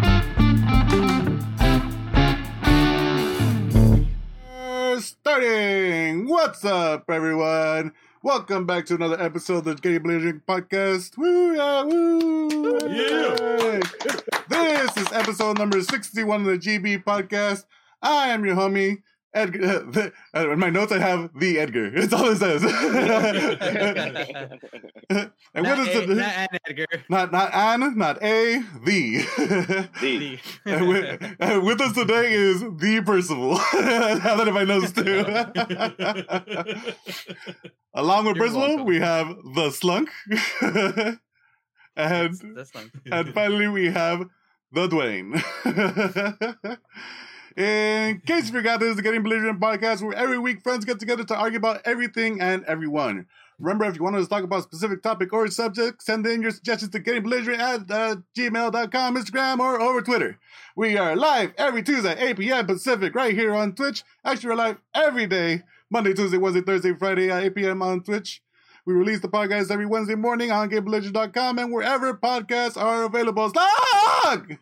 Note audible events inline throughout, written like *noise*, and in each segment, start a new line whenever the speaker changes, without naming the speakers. Uh, What's up, everyone? Welcome back to another episode of the Gay Blazing Podcast. Woo, yeah, woo!
Yeah.
Yay. this is episode number 61 of the GB Podcast. I am your homie, Edgar. *laughs* the- uh, in my notes, I have the Edgar. It's all it says. *laughs* and
not,
what is
a,
it?
not an Edgar.
Not, not an, not a, the. *laughs*
D.
The-
*laughs* and with, and with us today is the Percival. *laughs* How that in my notes too. *laughs* Along with
You're
Percival,
welcome.
we have the Slunk,
That's-
*laughs* and
that's fine.
*laughs* and finally we have the Dwayne. *laughs* In case you forgot, this is the Getting Belligerent podcast where every week friends get together to argue about everything and everyone. Remember, if you want us to talk about a specific topic or subject, send in your suggestions to gettingbelligerent at uh, gmail.com, Instagram, or over Twitter. We are live every Tuesday, 8 p.m. Pacific, right here on Twitch. Actually, we're live every day, Monday, Tuesday, Wednesday, Thursday, Friday uh, at 8 p.m. on Twitch. We release the podcast every Wednesday morning on GameBelligerent.com and wherever podcasts are available. Slug!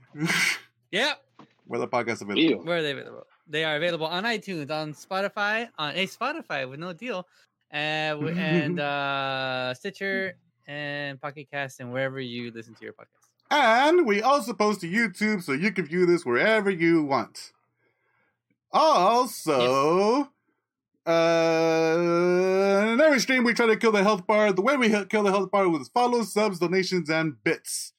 Yep.
Where the podcast available.
Ew.
Where are they available? They are available on iTunes, on Spotify, on a Spotify with no deal, uh, w-
*laughs*
and uh, Stitcher and Pocket Cast and wherever you listen to your podcast.
And we also post to YouTube so you can view this wherever you want. Also, uh, in every stream, we try to kill the health bar. The way we he- kill the health bar was follows, subs, donations, and bits.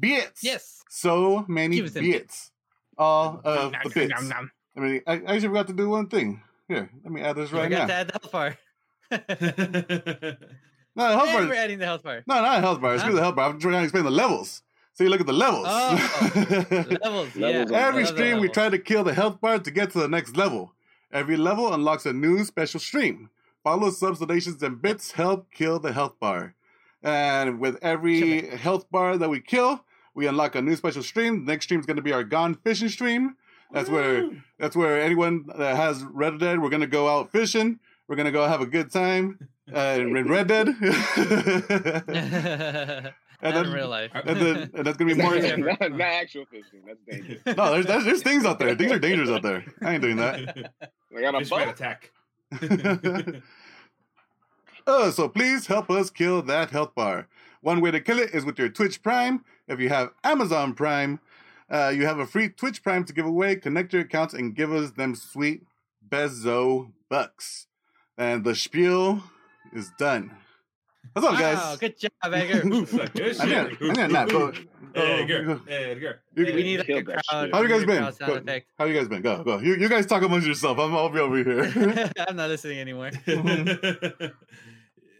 Bits.
Yes.
So many
Give us
bits.
them
All of the
Nom, nom,
bits.
nom.
I mean, I, I actually forgot to do one thing. Here, let me add this
You
right
forgot
now.
to add the health bar.
No, the health
Hey,
bar.
we're adding the
*laughs*
health bar.
No, not health bar. Screw
Huh?
the health bar. I'm trying to explain the levels. So you look at the levels.
Oh. Levels. yeah.
Levels on
I
*laughs* Every
love that
stream, we
level.
try to kill the health bar to get to the next level. Every level unlocks a new special stream. Follow subs, donations, and bits help kill the health bar. And with every health bar that we kill, we unlock a new special stream. The next stream is going to be our gone fishing stream. That's where
*laughs*
that's where anyone that has Red Dead, we're gonna go out fishing. We're gonna go have a good time uh, in Red Dead. *laughs* and
Not in
then-
real life.
and then
*laughs*
and that's gonna be
*laughs*
more.
Yeah.
not, not actual fishing. That's dangerous.
*laughs* No, there's, there's there's things out there. Things are dangerous out there. I ain't doing that.
Like on a
Fish might
boat.
attack.
*laughs* Oh, so please help us kill that health bar. One way to kill it is with your Twitch Prime. If you have Amazon Prime, uh, you have a free Twitch Prime to give away. Connect your accounts and give us them sweet Bezo bucks. And the spiel is done. What's up, guys?
Wow, good job,
*laughs*
Edgar.
*laughs*
Oof.
Fuck, good
I
shit.
think I- I think I not. Go, go-
Edgar,
go.
Edgar.
You-
we need
Yeah,
like a
killed that
crowd.
shit.
How you
we
guys
need a
been?
crowd Sound
Go-
effect.
How you guys been? Go, go. You, you guys talk amongst yourself. I'm all be over
*laughs*
here. *laughs*
I'm not listening anymore.
*laughs*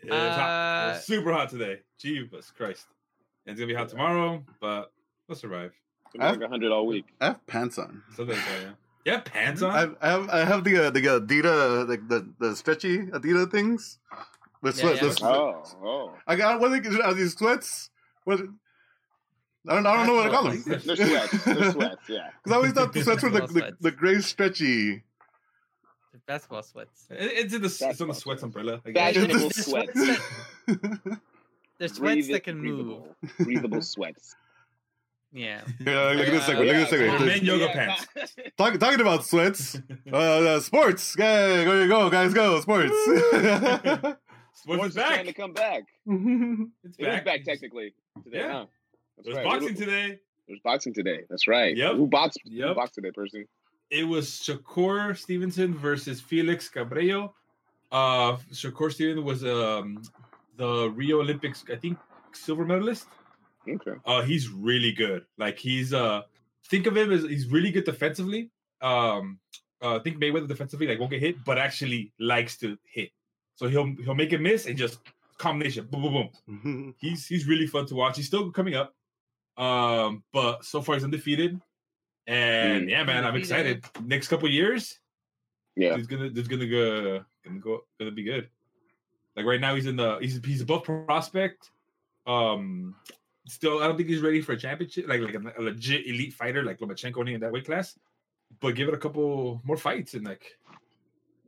It's hot. It was
Uh,
super hot today. Jesus Christ. And it's gonna be hot tomorrow, but we'll survive.
It's been Like 100 all
*laughs*
week.
I have pants on.
Something like that, yeah. You have pants on?
I have, I have, I have the uh, the Adidas, like the, the stretchy Adidas things. The
Yeah,
sweat,
yeah.
the sweat-
Oh, oh.
I got what are, they, are these sweats? What, I don't, I don't know what to call them.
They're sweats.
*laughs*
They're sweats,
*laughs*
yeah.
Because I always thought the sweats were the, the, the gray stretchy.
Basketball sweats.
It- it's in the
That's
s- some
not
sweats
true.
umbrella. I guess. *laughs*
That's-
Fashionable
It's-
sweats.
There's sweats that can move.
breathable, Breathable
*laughs*
sweats.
Yeah.
*laughs* yeah, look at this
Yeah,
segue. Look at this segue.
yeah.
There's-
Men yoga
*laughs* pants.
Talk, talking about sweats, uh, uh, sports. Yeah, go, go, guys, go, sports.
Sweats is
It's trying
back.
to come back.
*laughs*
*laughs* It's
It is
back.
back technically today,
Yeah.
huh? That's
There's
right.
boxing
It-
today.
There's boxing today. That's right.
Yep.
Who boxed? Who
Yep.
boxed today, person?
It was Shakur Stevenson versus Felix Cabrillo. Uh, Shakur Stevenson was um, the Rio Olympics, I think, silver medalist.
Okay.
Uh, he's really good. Like he's uh, think of him as he's really good defensively. Um, uh, think Mayweather defensively like won't get hit, but actually likes to hit. So he'll he'll make a miss and just combination, boom, boom, boom.
Mm-hmm.
He's he's really fun to watch. He's still coming up, um, but so far he's undefeated. And yeah, man, I'm
Undefeated.
excited. Next couple years, *laughs*
Yeah.
he's gonna he's gonna go gonna go gonna be good. Like right now, he's in the he's he's above prospect. Um, still, I don't think he's ready for a championship, like like a, a legit elite fighter, like Lomachenko only in that weight class. But give it a couple more fights and like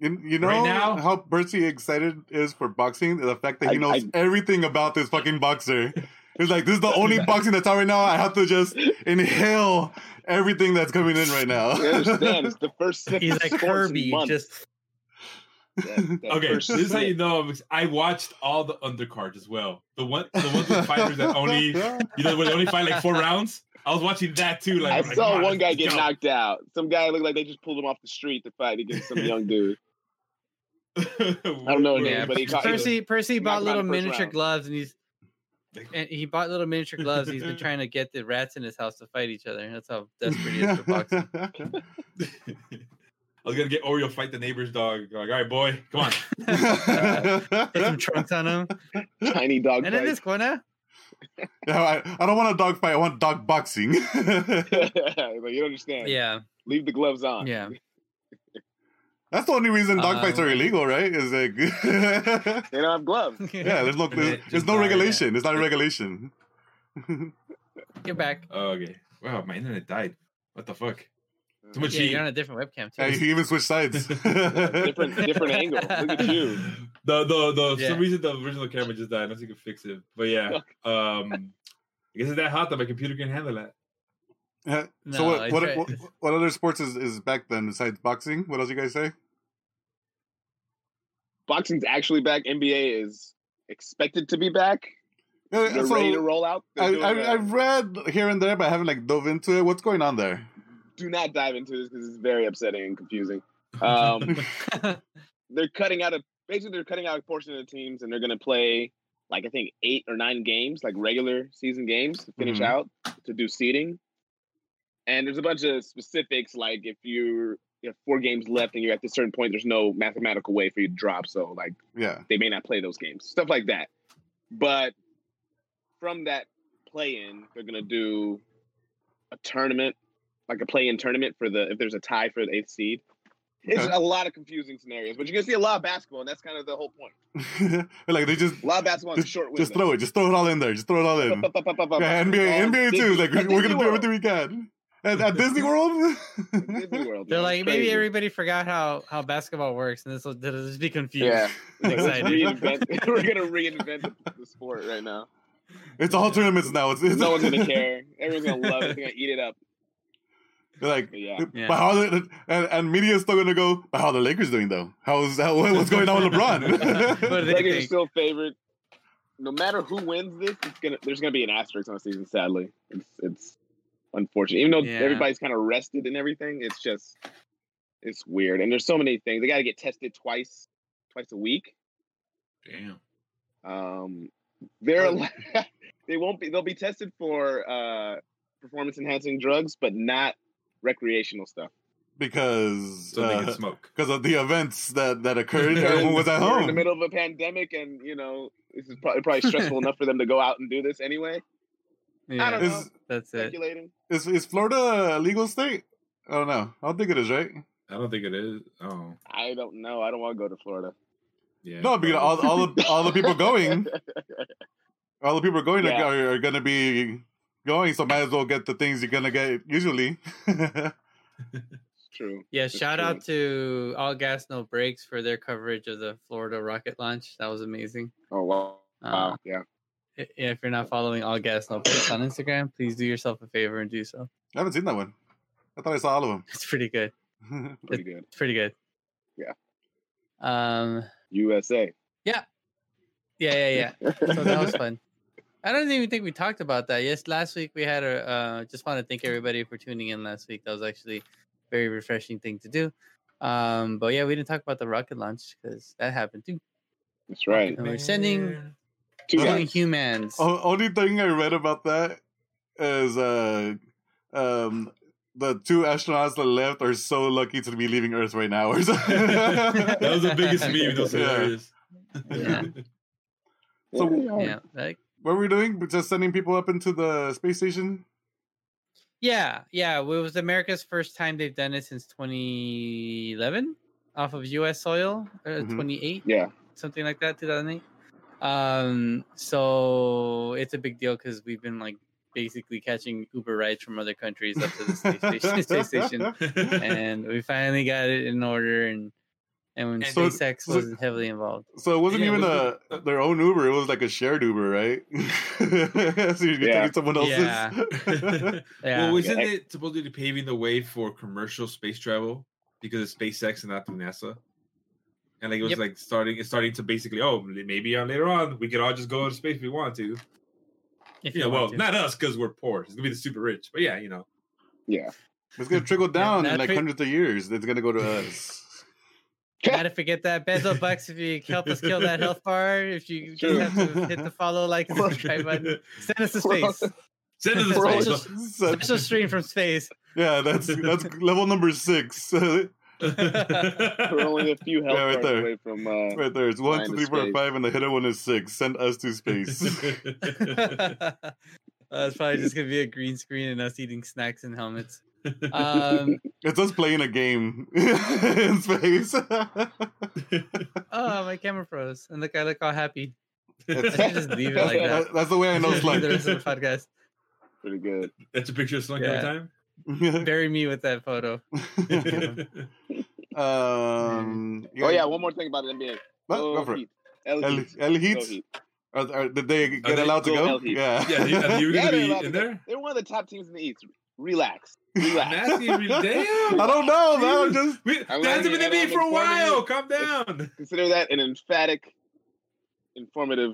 you, you know
Right now-
how Percy excited is for boxing? The fact that he
I-
knows
I-
everything about this fucking boxer. He's like, this is the only boxing that's out right now. I have to just inhale everything that's coming in right now. *laughs*
I understand. It's the first six
He's like
sports
Kirby,
month.
just
That, that
*laughs* Okay,
first
this
*laughs*
is how you
split.
know. I'm ex- I watched all the undercards as well. The one, the ones with fighters that
*laughs*
only, you know, where they only fight like four rounds. I was watching that too. Like
I
like,
saw
come on,
one guy
let's
get
go. *laughs*
knocked out. Some guy looked like they just pulled him off the street to fight against some young
*laughs*
dude. I don't know his
Yeah,
name, but he caught
Percy Percy
knocked
bought
him out
little
in the first
miniature
round.
gloves, and he's and he bought little miniature gloves. He's been trying to get the rats in his house to fight each other. That's how desperate he is for boxing.
*laughs*
*laughs* I was gonna get Oreo fight the neighbor's dog. Like, all right, boy, come on. *laughs*
Put some trunks on
*laughs*
him,
tiny dog.
and in this corner,
Yeah, I, I don't want a dog fight. I want dog boxing. *laughs*
fight. *laughs* Like, you don't understand.
yeah,
Leave the gloves on.
yeah.
That's the only reason dog
Uh,
fights are illegal, right? Is like,
They don't have
*laughs*
gloves.
yeah,
*laughs*
there's no
And then
there's,
just
there's no
die, yeah.
regulation. It's not a regulation.
You're back.
Oh, Okay. Wow, my internet died. What the fuck? Too much
Yeah, you're on
heat.
a different webcam
Yeah, you
too.
can even switch sides.
*laughs* different different angle. Look at you.
*laughs* The the the for
Yeah.
some reason the original camera just died. I don't think you can fix it. But yeah, um, I guess it's that hot that my computer can handle that.
Yeah. Uh,
No,
so what
it's
what,
right.
*laughs*
what what other sports is, is back then besides boxing? What else you guys say?
Boxing's actually back. NBA is expected to be back.
Yeah,
They're
Uh, so
ready to roll out. They're
I,
doing
I,
a-
I've read here and there, but I haven't like dove into it. What's going on there?
do not dive into this because it's very upsetting and
*laughs*
confusing. Um,
*laughs*
they're cutting out a basically they're cutting out a portion of the teams and they're going to play like I think eight or nine games, like regular season games to finish
Mhm.
out to do seeding. And there's a bunch of specifics like if you're you have four games left and you're at this certain point, there's no mathematical way for you to drop. So like
Yeah, *laughs*
they may not play those games, stuff like that. But from that play in, they're gonna do a tournament, like a play in tournament for the if there's a tie for the eighth seed. It's
Okay.
a lot of confusing scenarios, but you're gonna see a lot of basketball, and that's kind of the whole point.
like they just
A lot of basketball is short
just
window.
throw it, just throw it all in there, just throw it all
*laughs*
in.
Pa- pa- pa- pa- pa-
Yeah,
pa-
NBA,
all
NBA too.
Disney-
Like
at
we're
Disney
gonna do
World.
everything we can at, at Disney World. *laughs*
At Disney World.
They're
man,
like
it's
maybe
crazy.
everybody forgot how how basketball works, and this will they'll just be confused.
Yeah. Like, let's
Excited.
reinvent- *laughs* we're gonna reinvent the, the sport
*laughs*
right now.
It's all tournaments now. It's, it's
No one's gonna care. Everyone's gonna love it. They're gonna eat it up.
*laughs* Like,
But yeah.
Yeah.
but how the, and, and media is still gonna go. But how are the Lakers doing though? How's how, what's going on with
*laughs*
What
LeBron?
do they
Lakers are
think?
still favored. No matter who wins this, it's gonna there's gonna be an asterisk on the season. Sadly, it's it's unfortunate. Even though
Yeah.
everybody's kind of rested and everything, it's just it's weird. And there's so many things they got to get tested twice, twice a week.
Damn.
Um, they're al- *laughs* they won't be they'll be tested for uh performance enhancing drugs, but not recreational stuff.
*laughs* because uh,
So they can
because
smoke.
of the events that that occurred,
Because
everyone was at
We're in the
home.
middle of a pandemic, and you know this is probably, probably
*laughs*
stressful enough for them to go out and do this anyway.
Yeah,
I don't know.
Is,
that's it.
Speculating.
is is Florida a legal state? I don't know. I don't think it is, right?
I don't think it is. Oh,
I don't know. I don't want to go to Florida.
yeah.
No, because all all the all the people going, all the people going
Yeah.
are, are gonna be going. So might as well get the things you're gonna get usually. *laughs*
True.
Yeah,
That's
shout out to All Gas No Breaks for their coverage of the Florida rocket launch. That was amazing.
Oh wow.
Uh,
wow. Yeah.
i- if you're not following All Gas No Breaks on Instagram, please do yourself a favor and do so. *laughs*
I haven't seen that one. I thought I saw all of
It's pretty good.
them. *laughs*
Pretty good.
It's pretty good.
Yeah.
Um.
USA.
Yeah. Yeah. Yeah. so that was fun. I don't even think we talked about that. Yes, last week we had a. Uh, just want to thank everybody for tuning in last week. That was actually a very refreshing thing to do. Um, but yeah, we didn't talk about the rocket launch because that happened too.
That's right.
And we're sending
Two
Yeah. Oh.
killing
guys.
humans.
O- only thing I read about that is uh, um, the two astronauts that left are so lucky to be leaving Earth right now. or something. *laughs*
*laughs* *laughs* That was the biggest meme. That was
Yeah.
hilarious.
Yeah.
So-
Yeah, like,
what were we doing? We're Just sending people up into the space station?
yeah, yeah. It was America's first time they've done it since 2011 off of U.S. soil, uh,
Mhm.
28,
Yeah.
something like that, 2008. Um, so it's a big deal because we've been like basically catching Uber rides from other countries up to the space station, space station
*laughs*
and we finally got it in order and and when
And
so-
SpaceX
so-
wasn't heavily involved.
So it wasn't
Yeah, it
even
was
a, their own Uber. It was like a shared Uber, right? *laughs* so you're
Yeah.
taking someone else's.
Yeah. Yeah.
Well, isn't
Yeah.
it supposed to be paving the way for commercial space travel because of SpaceX and not through NASA? and like it was
Yep.
like starting it's starting to basically oh maybe uh, later on we could all just go to space if we want to.
If
Yeah,
you
well,
want to.
not us because we're poor. It's gonna be the super rich, but yeah, you know.
Yeah.
*laughs* It's gonna trickle down in
that
like
trick-
hundreds of years. It's gonna go to us.
Gotta forget that Bezo Bucks if you help us kill that health bar. If
*laughs*
you
True.
just have to hit the follow, like, and subscribe button. Send us to
We're all-
*laughs*
space.
Send us
We're all
the space. *laughs*
just-
*laughs* So-
Special stream from space. *laughs*
yeah, that's that's level number six. *laughs* right
*laughs* We're only a few health
Yeah, right
bars
there.
away from. Uh,
there. It's one,
Flying
two,
to
three, four,
space.
five, and the hidden one is six. Send us to
*laughs*
space.
uh, it's probably just gonna be a green screen and us eating snacks and helmets.
*laughs*
Um,
it's us playing a game *laughs* in space.
oh, my camera froze, and look, I look all
*laughs*
happy. I should just leave it like that.
That's the way I know
Just
*laughs*
it's
Leave
like.
the
*laughs*
rest of the podcast.
pretty good.
*laughs* That's a picture of Slunk
Yeah. *laughs* Bury me with that photo.
every *laughs* time.
*laughs* um,
Oh yeah, one more thing about NBA.
What?
Oh,
Go for it.
Heat. L
El,
Heat.
El
Go
Heat.
Heat.
Are, are, did they get
they-
allowed to
go
go?
El Heat.
Yeah.
*laughs* yeah, you, are you
Yeah, they're allowed
gonna be
to
in
go.
there?
They're one of the top teams in the East. *laughs* Relax. Relax.
Nasty, really-
*laughs*
damn.
I don't
*laughs*
know, man. I'm just
We,
I
that hasn't
mean,
been in the
everyone
NBA for a
before
while.
me-
Calm
*laughs*
down. *laughs*
Consider that an emphatic, informative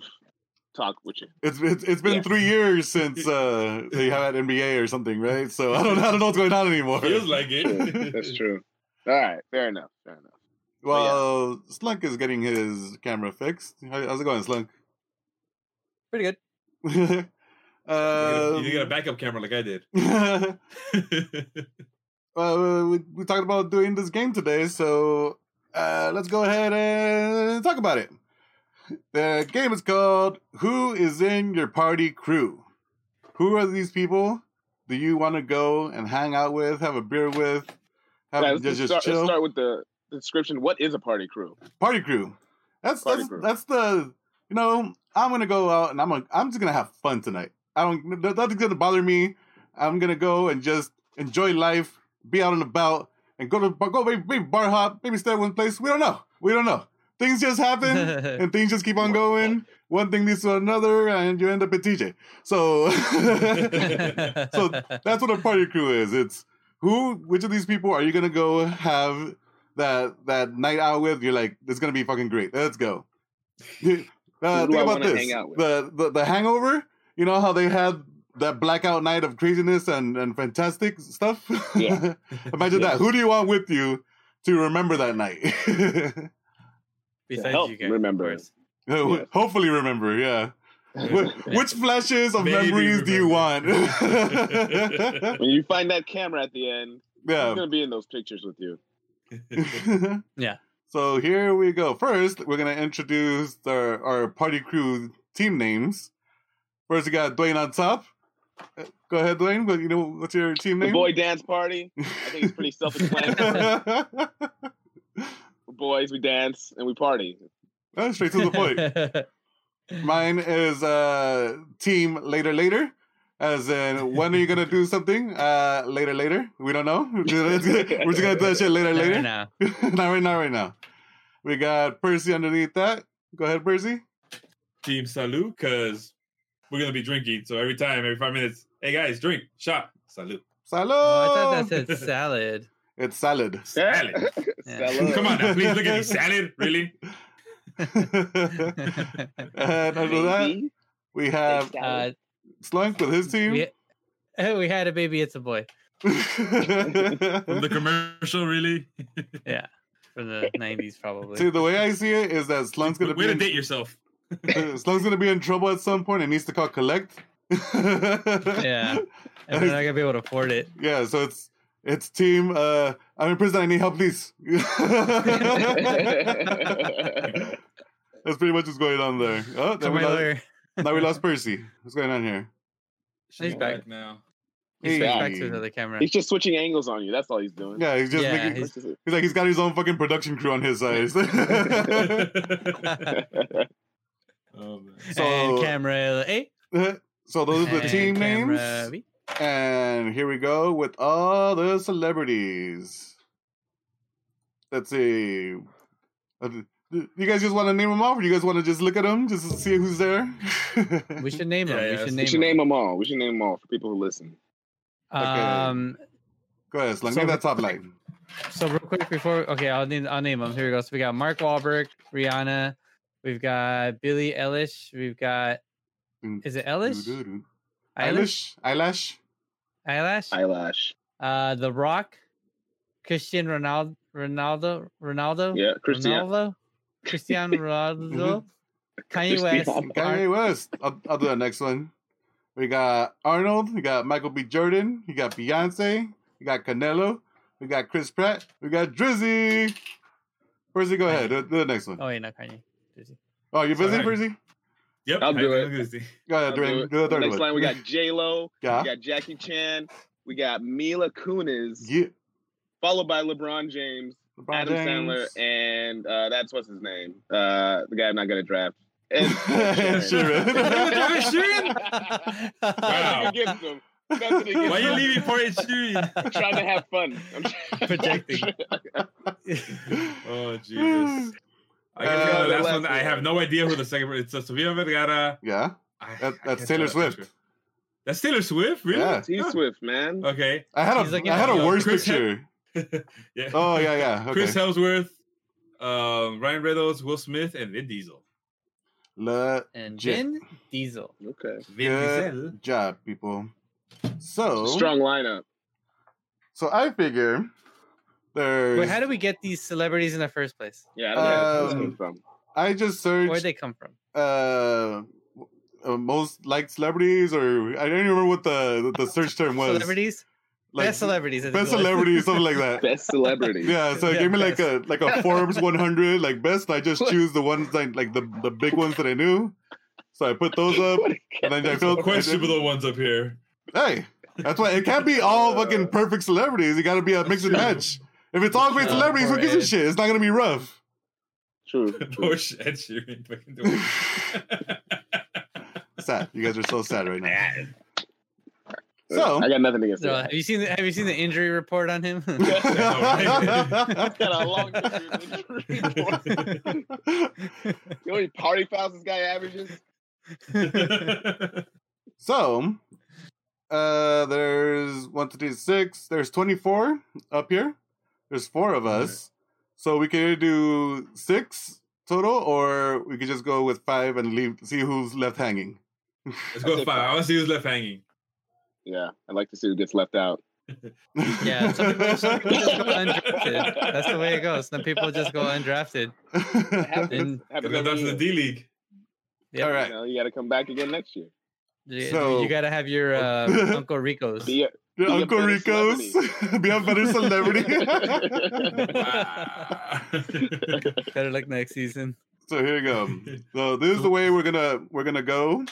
talk with you.
It's it's, it's been
Yeah.
three years
*laughs*
since uh, they had NBA or something, right? So I don't I don't know what's going on anymore.
Feels like
True.
it.
That's
*laughs*
true. All right. Fair enough. Fair enough.
well, Slunk is getting his camera fixed. How, how's it going, Slunk? *laughs*
Pretty good. Um,
uh,
you got a backup camera like I did. *laughs*
Um, uh, we, we talked about doing this game today, so uh, let's go ahead and talk about it. The game is called Who is in Your Party Crew? Who are these people that you want to go and hang out with, have a beer with, have
Yeah, let's,
just, just
just start,
chill?
let's start with the description. What is a party crew?
Party Crew. That's
Party
that's,
crew.
that's the you know I'm gonna go out and I'm gonna, I'm just gonna have fun tonight. I don't no- nothing's gonna bother me. I'm gonna go and just enjoy life, be out and about, and go to bar- go maybe, maybe bar hop, maybe stay at one place. We don't know. We don't know. Things just *laughs* happen
*laughs*
and things just keep on going. One thing leads to another, and you end up at TJ. *laughs* So that's what a party crew is. It's who, which of these people are you gonna go have that that night out with? You're like, it's gonna be fucking great. Let's go. Uh,
Who do
think
I
about
wanna
this:
hang out with?
the, the the Hangover. You know how they had that blackout night of craziness and and fantastic stuff.
Yeah.
*laughs* Imagine that. Who do you want with you to remember that night?
*laughs*
*laughs* Uh,
Besides
help
you guys,
remember.
Of course.
Yeah.
Hopefully, remember. Yeah.
*laughs*
Wh- Which flashes of
Maybe
memories do you want?
remember.
When you find that camera at the end,
*laughs* yeah.
who's gonna be in those pictures with you?
*laughs*
Yeah.
So here we go. First, we're gonna introduce our, our party crew team names. First, we got Dwayne on top. Uh, Go ahead, Dwayne. What you know? What's your team
The
name?
boy *laughs* dance party. I think it's pretty self-explanatory. We're boys, we dance and we party.
*laughs* Oh, straight to the
*laughs*
point. Mine is uh, team later later. As in, when are you gonna do something? Uh, later, later. We don't know. *laughs* We're just gonna we're just gonna do that shit later,
Not
later.
right now.
*laughs* not right now, right now. We got Percy underneath that. Go ahead, Percy.
Team Salute, because we're gonna be drinking. So every time, every five minutes, hey guys, drink, shot,
*laughs*
salute.
Salud.
Oh, I thought that said
*laughs*
salad. *laughs*
It's salad.
Salad.
Salad. *laughs*
Come on now, please look at me. Salad, really?
and
Uh,
under that,
Baby,
we have
big
uh,
salad.
Slunk with his team. *laughs*
we, we *laughs* had a baby. It's a boy
From the commercial, really?
from
*laughs*
the '90s, probably.
See, the way I see it is that Slunk's gonna
Way
be
to
in,
date yourself.
*laughs* Slunk's gonna be in trouble at some point and needs to call collect. *laughs*
yeah, and we're not gonna be able to afford it.
Yeah, so it's it's team. Uh, I'm in prison. I need help, please. Uh, That's *laughs* pretty much what's going on there. Oh,
Come
then we
my
lost,
lawyer.
now we lost Percy. What's going on here?
She's
He's back.
*laughs* now.
He's
Hey.
back to another camera.
he's just switching angles on you. That's all he's doing.
Yeah, he's just
Yeah,
making. He's...
That's just it.
like he's got his own fucking production crew on his side.
oh, man.
and
so-
camera A.
*laughs* so those are the
and
team
camera
names,
B.
and here we go with all the celebrities. Let's see. You guys just want to name them off, or you guys want to just look at them just to see who's there? *laughs*
We should name
Yeah,
them.
yeah,
we should
so-
We
name,
should
'em.
name them all. We should name them all for people who listen.
like a-
Um,
Go ahead, Slung.
So-
Give that top line.
So real quick before, okay, I'll name I'll name them. Here we go. So we got Mark Wahlberg, Rihanna, we've got Billie Eilish, we've got
Mm.
is it Eilish?
Doo-doo-doo.
Eilish,
Eyelash, eyelash.
Eilish,
Eyelash.
uh, The Rock, Christian Ronaldo, Ronaldo, Ronaldo,
Yeah, Christian.
Oh. Ronaldo, Cristiano Ronaldo, Kanye West,
Cristiano.
Ar-
Kanye West. I'll, I'll do that next one. We got Arnold. We got Michael B. Jordan. You got Beyonce. We got Canelo. We got Chris Pratt. We got Drizzy. Percy, go ahead. Do, do the next one.
Oh wait, not Kanye. Drizzy.
Oh, you busy,
Sorry.
Percy?
Yep.
I'll do
I-
it.
look at this thing.
Go ahead,
I'll do
Dwayne.
it.
Do the third
Next
one.
line, we got J Lo.
Yeah.
We got Jackie Chan. We got Mila Kunis,
Yeah.
followed by LeBron James,
LeBron
Adam
James.
Sandler, and uh, that's what's his name, uh, the guy I'm not
*laughs*
gonna draft. And
And
*laughs*
Sheeran. *laughs*
Ed Sheeran?
*laughs*
Wow.
Wow.
Nothing against him. Nothing against
Why you
him.
leaving for it, Sheeran?
I'm trying to have fun.
*laughs*
I'm trying- *laughs*
Projecting.
*laughs* Oh
Hmm.
Jesus! I can
Uh,
tell the
the
last
last
one. I
one.
have no idea who the second. person- It's uh, Sofia Vergara.
yeah.
I-
That-
I
that's
can't
Taylor
tell that
Swift.
picture. That's Taylor Swift, really?
Yeah.
T Swift, man.
Uh,
Okay.
I had
He's
a,
like,
I had a
yeah,
worse
Chris Hem-
picture.
yeah.
Oh, yeah, yeah. Okay.
*laughs* Chris Hemsworth, um, Ryan Reynolds, Will Smith, and Vin Diesel.
Le-
and
Jet.
Vin Diesel.
Okay.
Vin Diesel.
Good job, people. So,
Strong lineup.
so I figure there's.
But how do we get these celebrities in the first place?
Yeah, I don't know where
Um,
that's coming
I just
Where
searched
they come from?
uh, uh, most liked celebrities, or I don't even remember what the the search term was.
Celebrities,
Like,
best celebrities, I think
best
it was.
celebrities, something like
from.
that.
Best celebrity.
*laughs* Yeah, so it
Yeah,
gave me like
best.
a like a Forbes
*laughs*
100, like best. And I just choose the ones like like the the big ones that I knew. So I put those up,
What a
and then I
Some
felt
questionable ones up here.
Hey, that's why it can't be
Uh,
all fucking perfect celebrities. It got to be a mix and match.
*laughs*
If it's all great
Uh,
celebrities, who
poor
gives a
Ed.
shit? It's not gonna be rough.
*laughs* True.
Poor Ed Sheeran. fucking doing
*laughs*
it. *laughs*
Sad. You guys are so sad right now. So
I got nothing
*laughs*
against
So,
that.
have you seen the Have you seen the injury report on him? *laughs*
Got a long
*laughs*
history of injury. You know how many party fouls this guy averages?
so uh there's one two three six. There's twenty four up here. There's four of us. So we can either do six total or we could just go with five and leave see who's left hanging.
Let's go
Okay,
five. I want to see who's left hanging.
Yeah, I'd like to see who gets left out.
yeah, some
*laughs*
people, some people just go undrafted. That's the way it goes. Some people just go undrafted. And
Let's
Happens
go down
every
to the
year.
D League.
yeah,
All
You
right.
know, you got to come back again next year.
you,
So-
you gotta have your
*laughs*
uh, Uncle Rico's. *laughs*
Be a-
Your
Be a
Uncle
better
Rico's *laughs* be a better
*laughs*
celebrity.
Wow.
Better luck next season.
so here you go. So this is the way we're gonna we're gonna go.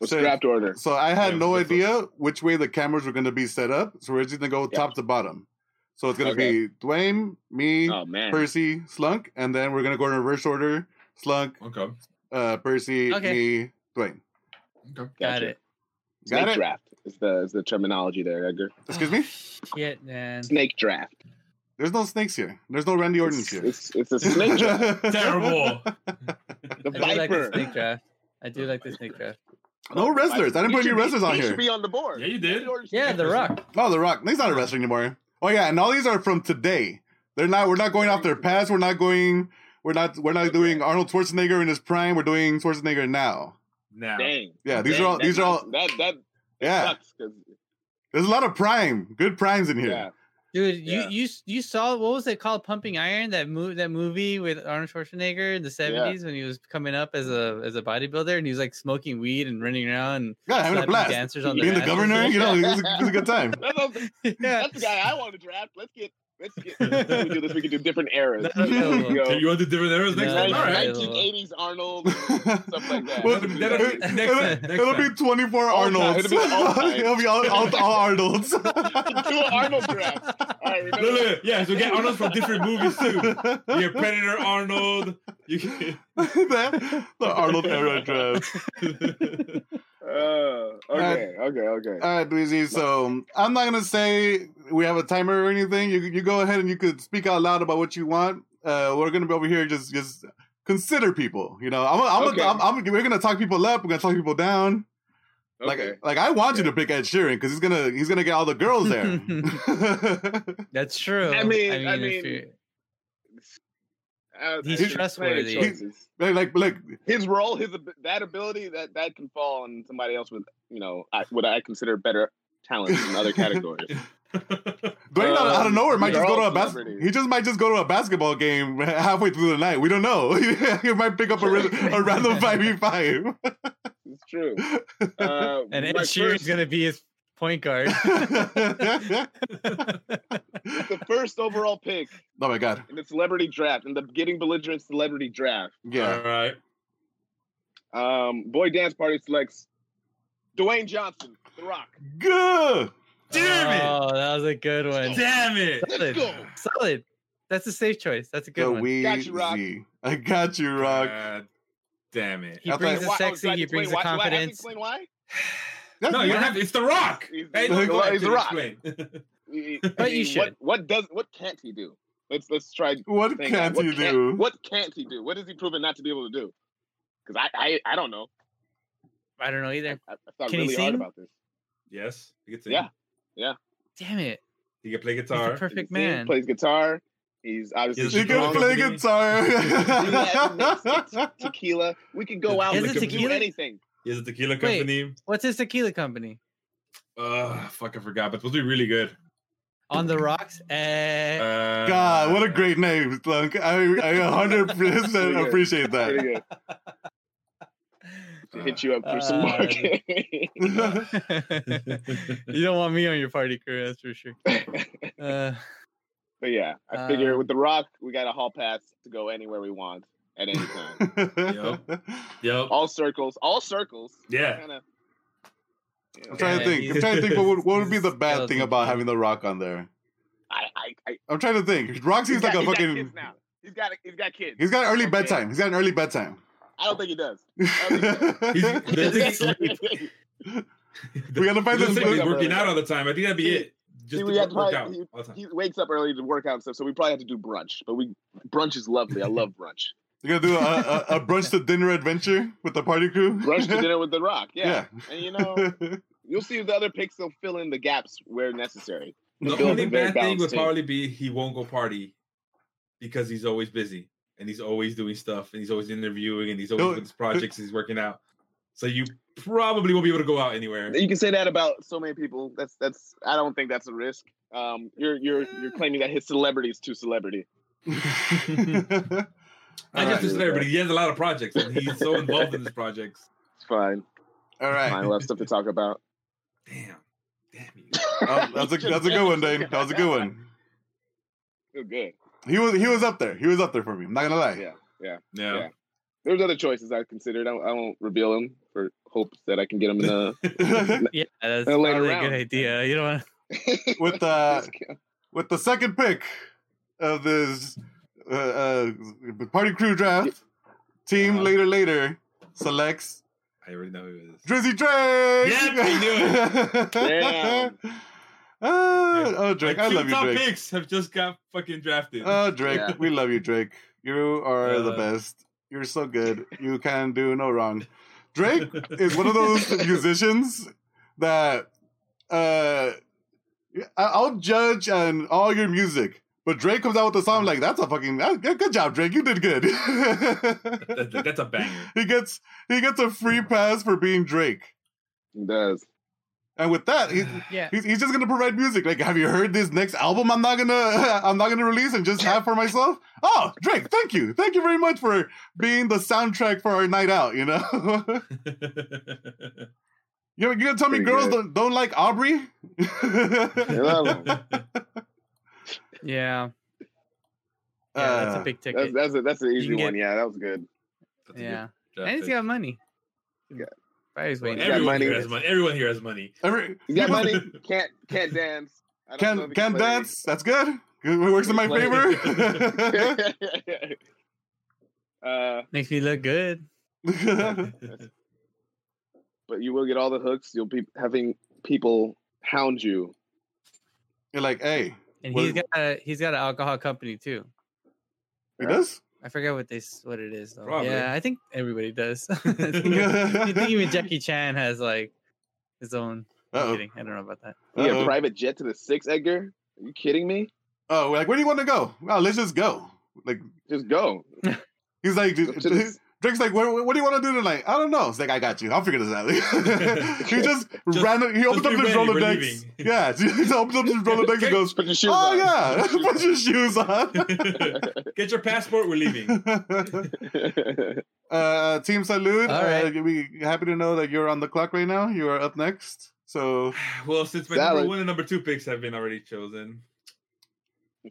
What's
So-
draft order?
So I had
Yeah,
no
that's
idea which way the cameras were gonna be set up. So we're just gonna go
Yeah.
top to bottom. So it's gonna
Okay.
be Dwayne, me,
Oh man,
Percy, Slunk, and then we're gonna go in reverse order: Slunk,
*laughs* okay.
uh, Percy,
Okay.
me, Dwayne.
Okay.
*laughs* Got it.
Got
Snake
it?
draft is the is the terminology there, Edgar.
Excuse
*sighs*
me.
Shit, man.
Snake draft.
There's no snakes here. There's no Randy Orton
It's,
here.
it's, it's a
*laughs*
snake draft.
Terrible.
The
I do like the
viper.
snake draft. I do like the snake
*laughs*
draft.
No wrestlers. I didn't
He
put any
should be-
wrestlers on
He
here.
should be on the board.
Yeah, you did.
Randy Orton should
Yeah,
be
The
on
Rock.
Oh, The Rock. He's not a wrestler anymore. Oh yeah, and all these are from today. They're not. We're not going off their past. We're not going. We're not. We're not doing Arnold Schwarzenegger in his prime. We're doing Schwarzenegger now.
Now.
Dang.
Yeah, these
Dang,
are all.
that
These are
sucks.
all.
That that
Yeah,
sucks 'cause-
there's a lot of prime. Good primes in here.
yeah.
Dude,
Yeah.
you you you saw what was it called? Pumping Iron, that movie that movie with Arnold Schwarzenegger in the seventies when he was coming up as a as a bodybuilder and he was like smoking weed and running around and
Yeah, having a
slapping
blast.
dancers on
Being the
their asses
governor,
and
you know, it's a, it's a good time.
That's, the-
shit. *laughs* yeah.
that's the guy I want to draft. Let's get
*laughs*
let's get we can do this. We can do different eras.
No, no,
You
no.
know,
you want the different errors next
No,
time?
no,
All right.
no.
1980s Arnold. Stuff like
*laughs*
that.
Well,
That'll be-
it'll,
that'll be- next time, next
it'll
time.
be 24
All time,
Arnolds. *laughs*
it'll be all time.
It'll be all,
*laughs*
all, all Arnolds. *laughs*
Do an Arnold draft. All right,
Look,
remember
look, look. yeah, so get Arnold from different movies
*laughs*
too. You get Predator Arnold. You get... *laughs*
the, the Arnold era draft.
Uh, okay, okay, okay.
All right, Dweezy. So I'm not gonna say we have a timer or anything. You you go ahead and you could speak out loud about what you want. Uh, we're gonna be over here just just consider people. You know, I'm i I'm,
Okay.
I'm, I'm we're gonna talk people up. We're gonna talk people down.
Okay.
Like, like I want you to pick Ed Sheeran because he's gonna he's gonna get all the girls
*laughs*
there.
*laughs* That's true.
I mean- I
if
mean,
you're-
Uh,
He's
that's just
trustworthy.
player choices.
like, like, like,
His role, his ab- that ability, that that can fall on somebody else with you know I, what I consider better talents in other categories.
Dwayne out, of- out of
Um,
nowhere might
they're
just go to
all
a bas-
celebrities.
he just might just go to a basketball game halfway through the night. We don't know. *laughs* he might pick up a, rhythm,
*laughs*
a random five v five.
it's true. Uh,
and Ed
my
Sheeran's
first-
gonna be his
*laughs*
point guard.
the first overall pick
Oh my god!
in the celebrity draft, in the getting belligerent celebrity draft.
Yeah,
All right.
Um, Boy Dance Party selects Dwayne Johnson, The Rock.
good.
Damn it!
Oh, that was a good one.
Damn it!
Solid.
go.
Solid. That's a safe choice. That's a good
The
one.
Got you, Rock. Uh,
Weezy. I got you, Rock.
God Uh, damn it.
He
I thought-
brings the
Why- oh,
sexy.
do I
He
explain
brings the
why- do I have to
confidence.
Explain why?
That's
No, you don't have to. It's The Rock.
He's-
Hey, no,
he's
go
the-
ahead,
he's the
Jimmy,
Rock.
explain.
But
you should.
What, what does? What can't he do? Let's let's try.
what
saying that.
can't
what
you
can't,
do?
What can't he do? What is he proven not to be able to do? Because I, I I don't know.
I don't know
I,
either.
I thought
Can he
really hard
sing?
about this.
yes. He can sing.
Yeah.
Damn it.
He can play
He's
guitar.
the perfect
He can sing,
man.
plays guitar. He's obviously
He's
You can
Wrong.
play
Didn't he?
guitar. *laughs*
*laughs* strong. tequila. We could go out.
Is
we
it
could
tequila?
do anything.
He has a tequila
Wait.
company.
What's his tequila company?
Ugh, fuck, I forgot. But it's supposed to be really good.
On the rocks. Eh,
Uh,
God, what a great name, Slunk.
*laughs*
I, I 100% appreciate
Pretty
that.
good. To hit you up for some
Uh,
market.
*laughs*
you don't want me on your party crew, that's for sure. Uh,
*laughs* but yeah, I figure
Uh,
with The Rock, we got a hall pass to go anywhere we want at any time.
Yup. Yep.
all circles, all circles.
Yeah.
Kinda, you know,
I'm trying to think. I'm trying to think what would, what would be the bad thing about having The Rock on there.
I, I, I,
I'm trying to think. Roxy's
he's
like
got-
a
he's got kids
fucking.
now. He's got he's got kids.
He's got an early
Okay.
bedtime. He's got an early bedtime.
I don't think he does.
He's,
*laughs* we
*laughs*
the thing is, like,
gotta find
he doesn't think he's
this.
up
working
early.
out all the time. I think that'd be it. Just
See,
to
we had
work, work
to-
out all the time.
he wakes up early to work out and stuff, so we probably have to do brunch. But we brunch is lovely. I love brunch.
You're gonna do a, a, a brunch to dinner adventure with the party crew.
Brunch to
*laughs*
dinner with The Rock. Yeah. And you know,
yeah.
you'll see the other picks will fill in the gaps where necessary.
The
Build
*laughs*
a
only
very
bad thing
balanced
would
team.
probably be he won't go party because he's always busy and he's always doing stuff and he's always interviewing and he's always
No,
with his projects he's working out. So you probably won't be able to go out anywhere.
You can say that about so many people. That's that's I don't think that's a risk. Um you're you're you're claiming that his celebrity is too celebrity.
Not just a
Alright.
celebrity, he has a lot of projects and he's so involved in his projects.
It's fine.
All
Fine. I
right.
love stuff to talk about.
Damn. Damn you.
Um, that's a that's a good one, Dane. That was a good one.
Feel good.
He was he was up there. He was up there for me. I'm not gonna lie.
Yeah.
Yeah.
Yeah. There's other choices I considered. I, I won't reveal them for hopes that I can get them in the
*laughs*
yeah, that's
Uh, later
probably a
round.
good idea. You don't want
*laughs*
with uh with the second pick of this uh, uh party crew draft, team
Uh-huh.
later later selects
I already know who it is.
Drizzy Drake.
Yep, we
Damn.
*laughs* Ah, oh
My
Drake, I
two
love you,
top
Drake.
picks have just got fucking drafted.
Oh Drake,
Yeah.
we love you, Drake. You are the
Uh.
best. You're so good. You can do no
*laughs*
wrong. Drake is one of those musicians that uh I- I'll judge on all your music, but Drake comes out with a song like that's a fucking that, good good job, Drake. You did good.
That- that- that's a banger.
*laughs* he gets he gets a free pass for being Drake,
He does.
and with that, he,
to. Yeah.
he's, he's just gonna provide music. Like, have you heard this next album? I'm not gonna *laughs* I'm not gonna release and just have for myself. Oh, Drake, thank you, thank you very much for being the soundtrack for our night out. You know, *laughs* you you gonna tell me
Pretty
girls don't,
good.
don't like Aubrey? *laughs* Uh,
I love him.
Yeah. Yeah, that's
Uh,
a big ticket.
That's that's a, that's an easy
can get-
one. Yeah, that was good.
That's a
yeah.
good draft
And he's
pick.
got money.
Yeah.
Buy his way.
He's got
Everyone
money.
here has money. Everyone here has money.
every-
You got money? Can't can't dance. I don't know if
can can
he play.
dance. That's good. It works in my
Play.
favor.
uh,
Makes me look good.
but you will get all the hooks. You'll be having people hound you.
*laughs* You're like, hey,
And
What-
he's got a, he's got an alcohol company too.
it does.
I forget what this what it is though. *laughs*
Probably.
*laughs*
Yeah, I think everybody does. I think- you think even Jackie Chan has like his own. I'm
Uh-oh.
kidding. I don't know about that.
Yeah,
Uh-oh.
private jet to the six, Edgar. Are you kidding me?
Oh, we're like, where do you want to go? Well, let's just go. Like
Just go.
he's like,
Up to the-
Drake's like, what, what do you want to do tonight? I don't know. It's like, I got you. I'll figure this out. *laughs* he just, random. He opened up
be
his
ready, we're
Rolodex.
leaving.
Yeah, *laughs* he just opened up his Rolodex and goes,
Put your shoes
oh
on.
yeah, *laughs* put your shoes
*laughs*
on.
Get your passport.
*laughs*
We're leaving. *sighs*
uh, Team Salud, uh,
All right.
we happy to know that you're on the clock right now. You are up next. So
Well, since my
Salad.
number one and number two picks have been already chosen,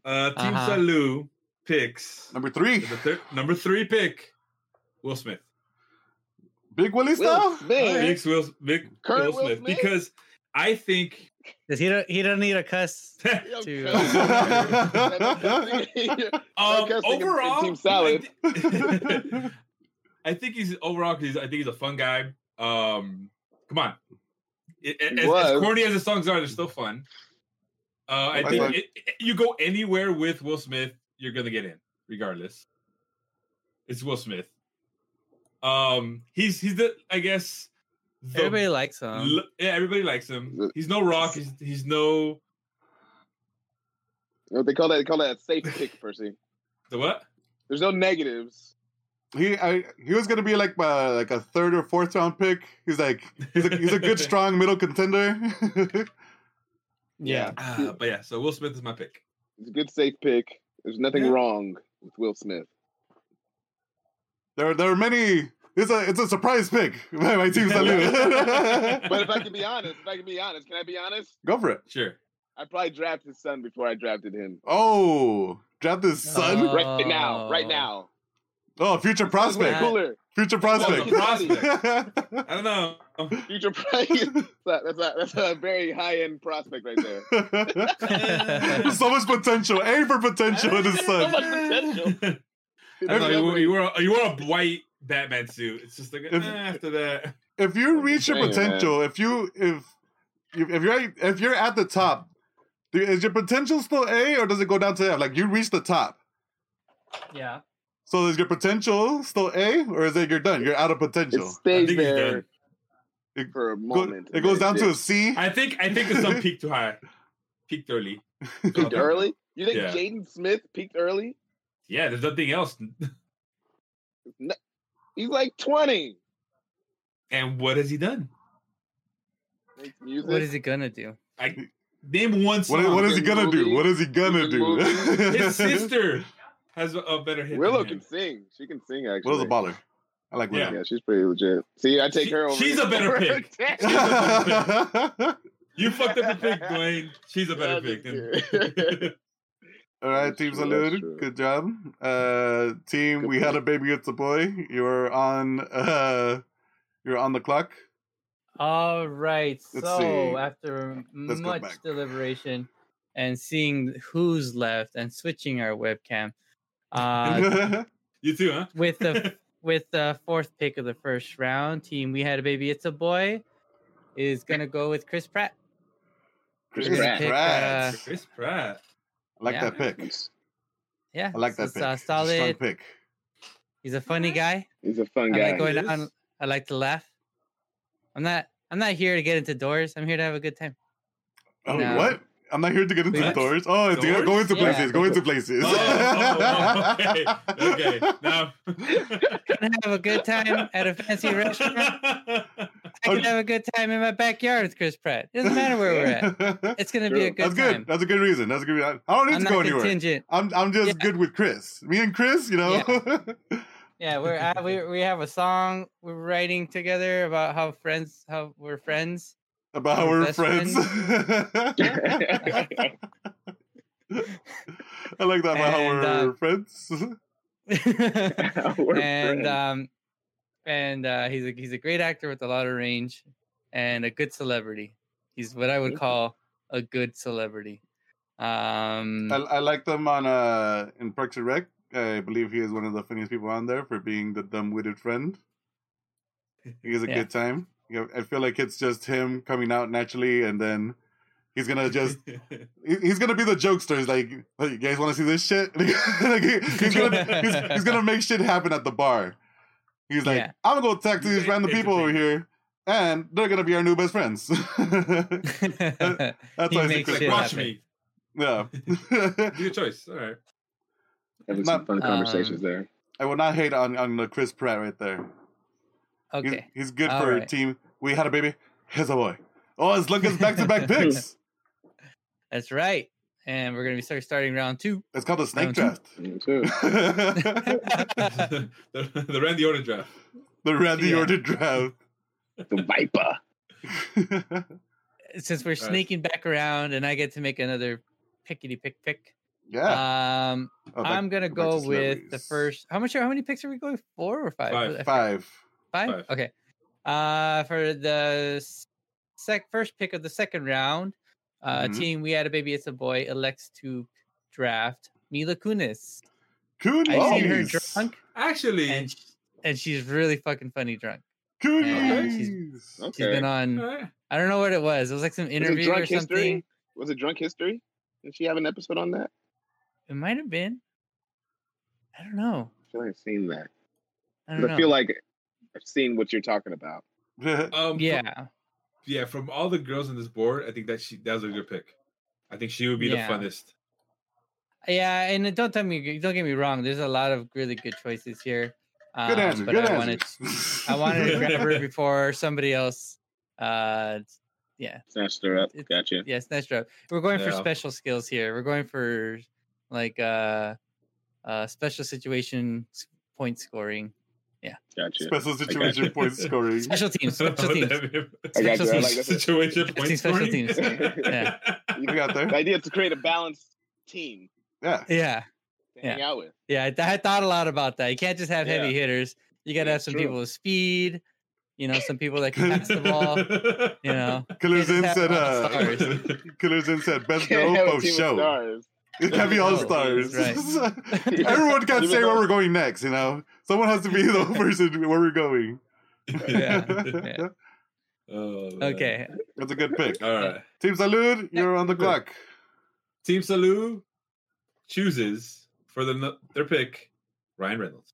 uh, Team
Uh-huh.
Salou picks
number three,
the thir- number three pick, Will Smith.
Big Willie
Will
style. *laughs*
Smith.
Big Will, big
Current
Will
Will
Smith,
Smith?
because I think
Does he don't he don't need a cuss? To,
um,
Podcasting and- and
overall
Team Salad.
I, thi- I think he's overall. He's, I think he's a fun guy. Um, come on, It- it-
He
as, as
was.
corny as the songs are, they're still fun. Uh, I
Like,
think
like-
it, it- you go anywhere with Will Smith, you're gonna get in, regardless. It's Will Smith. Um, he's he's the I guess the
Everybody likes him.
L- yeah, everybody likes him.
The-
He's no rock. He's, he's no
What they call that? They call that a safe pick, Percy.
the what?
There's no negatives.
He I, he was gonna be like uh, like a third or fourth round pick. He's like he's a, he's a
*laughs*
good strong middle contender. *laughs*
Yeah.
Ah, but yeah, so Will Smith is my pick.
It's a good safe pick. There's nothing
Yeah.
wrong with Will Smith.
there there are many. It's a it's a surprise pick by my team salute. *laughs*
But if I can be honest, if I can be honest, can I be honest?
Go for it.
Sure.
I probably drafted his son before I drafted him.
Oh, draft this son.
Oh.
Right now, right now.
Oh, future prospect.
Cooler.
Future
Oh,
prospect.
the prospect. I don't know.
*laughs* Future price. *laughs* That's a, that's a very high end prospect right
*laughs*
there.
There's so much potential. A for potential in his
So
son.
much
*laughs*
potential.
I don't know, you, wore- you wore a, you wore a white Batman suit. It's just like eh,
*laughs*
after that.
If you reach your
Dang, man.
potential, if you if if if you're if you're at the top, do- is your potential still A or does it go down to F? Like you reach the top.
Yeah.
So is your potential still A or is it you're done? You're out of
It
potential.
I
stays
think he's
there
done.
for a
Go-
moment.
it goes down to a
That's
C.
I think I think the sun peaked too high, peaked early.
it. peaked early. You think
Yeah.
Jaden Smith peaked early?
Yeah, there's nothing else. *laughs*
He's like 20.
And what has he done?
Makes music.
What is he gonna do?
I name one song.
What, what is he
Fucking
gonna do?
movie.
What is he gonna *laughs*
Fucking
do?
movie.
His sister has a, a better hit.
Willow
than
can
him.
sing. She can sing, actually.
Willow's a baller. I like Willow.
Yeah, she's pretty legit. See, I take
She-
her over.
she's
*laughs*
a better pick.
She's
*laughs*
You fucked up your pick, Dwayne. She's a better pick. Than...
All right,
That's
Team
true, that's true.
Salud, good job. Uh, team,
Good
we had a baby. It's a boy. You're on. Uh, you're on the clock.
All right.
Let's
so
see.
after
Let's go
much
back.
deliberation and seeing who's left and switching our webcam,
*laughs*
uh,
*laughs* you too,
Uh,
huh?
with the with the fourth pick of the first round, team we had a baby. It's a boy. Is gonna go with Chris Pratt.
Chris
Chris
Pratt.
Pratt.
I
Chris Pratt.
like
Yeah.
that pick.
Yeah,
I like
so
that
it's
pick.
a
It's a strong
solid.
pick.
He's a funny guy.
He's a fun
I
guy. *laughs*
like going
Yes.
on. I like to laugh. I'm not. I'm not here to get into doors. I'm here to have a good time.
Oh,
No.
what? I'm not here to get into
What?
doors. Oh, it's
Doors?
going to
Yeah.
places. Going to places.
Oh, oh,
*laughs*
oh, okay. Okay. Now.
I can have a good time at
*laughs*
a fancy restaurant. I
Okay.
can have a good time in my backyard with Chris Pratt. It doesn't matter where we're
*laughs*
at. It's gonna be a
True.
good
That's
time.
good. That's a good reason. That's a good. Reason. I don't need
I'm
to
not
go anywhere.
contingent.
I'm I'm just
Yeah.
good with Chris. Me and Chris, you know. *laughs*
Yeah, we're at, we we have a song we're writing together about how friends how we're friends.
*laughs* About how
We're
we're friends.
best *laughs*
I like that about how
And,
we're
uh,
friends.
We're
and
friends.
um, and uh, he's a he's a great actor with a lot of range, and a good celebrity. He's what I would
Mhm.
call a good celebrity. Um,
I, I like them on uh in Parks and Rec. I believe he is one of the funniest people on there for being the dumb-witted friend. He has a
Yeah.
good time. You know, I feel like it's just him coming out naturally, and then he's gonna
*laughs*
just he- he's gonna be the jokester. He's like, "Hey, you guys want to see this shit? *laughs* Like, he- he's gonna he's, he's gonna make shit happen at the bar. He's like,
Yeah.
I'm gonna go talk to these random people over here. and they're gonna be our new best friends. *laughs*
*laughs*
That's
He
why I said
makes
Chris
shit
Rock.
Watch
happen.
me. *laughs*
Yeah. *laughs*
Your choice. All right. *laughs*
Having
Not-
some fun
Um,
conversations there.
I will not hate on on the Chris Pratt right there. He's-
okay.
He's, good
All
for a
right.
team. We had a baby. Here's a boy. Oh, it's Lucas back to
*laughs*
back picks.
That's right. And we're gonna be start starting round two.
It's called a snake
Round
draft. *laughs*
two.
Me too.
the, the Randy Orton draft.
the Randy
*laughs* Yeah.
Orton draft. *laughs*
The
*laughs*
Viper.
Since we're
Nice.
sneaking back around and I get to make another pickety pick pick.
yeah.
Um
Oh, back-
I'm gonna
back
go
to
with the
celebrities.
first how much how many picks are we going? Four or five?
Five.
Was it
five.
Five?
Five.
Okay. Uh, for the sec- first pick of the second round, uh,
Mhm.
team we had a baby, it's a boy, elects to draft Mila Kunis.
Coonies.
I've seen her drunk,
Actually,
and sh- and she's really fucking funny drunk.
Coonies.
Okay.
She's been on.
all right.
I don't know what it was. It was like some
Was it
interview or
drunk
something.
history? Was it drunk history? Did she have an episode on that?
It might have been. I don't know.
I feel like I've seen that.
I don't
But I,
know.
feel like I've seen what you're talking about.
um, yeah,
yeah,
yeah. From all the girls on this board, I think that she that was a good pick. I think she would be
Yeah.
the funnest.
yeah. And don't tell me. Don't get me wrong. There's a lot of really good choices here. Um,
good answer.
But
Good
I
answer.
wanted I
*laughs*
wanted to grab her before somebody else. Uh, yeah,
Snatched her up.
It's-
Gotcha.
yes, nice job. We're going for
Yeah.
special skills here. We're going for like uh, uh, special situation s- point scoring,
Gotcha.
Special situation
you.
point
*laughs*
scoring.
special teams,
*laughs*
special teams.
I got
Special
you. I
teams.
like that.
Situation
Special
point
teams, special
scoring. *laughs*
teams. Yeah.
You got
The
there.
idea is to create a balanced team
Yeah.
Yeah,
to hang out with.
yeah. I, th- I thought a lot about that. You can't just have heavy hitters. You got to
Yeah,
have some
true.
people with speed. You know, some people that can pass the
*laughs*
ball. You know,
Killers in
have
said.
all the
Uh, *laughs*
stars.
*laughs*
Killers in said.
*laughs*
Best
Can't have
girl
a
post
team of
show.
stars.
*laughs* It can be all
Oh,
stars.
right.
*laughs* Everyone can't
Even
say where
though-
we're going next. You know, someone has to be the person where we're going.
*laughs*
*laughs*
Yeah, yeah.
*laughs* Oh, man.
okay.
That's a good pick.
All right.
Team Salud, you're on the clock.
Team Salou chooses for the their pick Ryan Reynolds.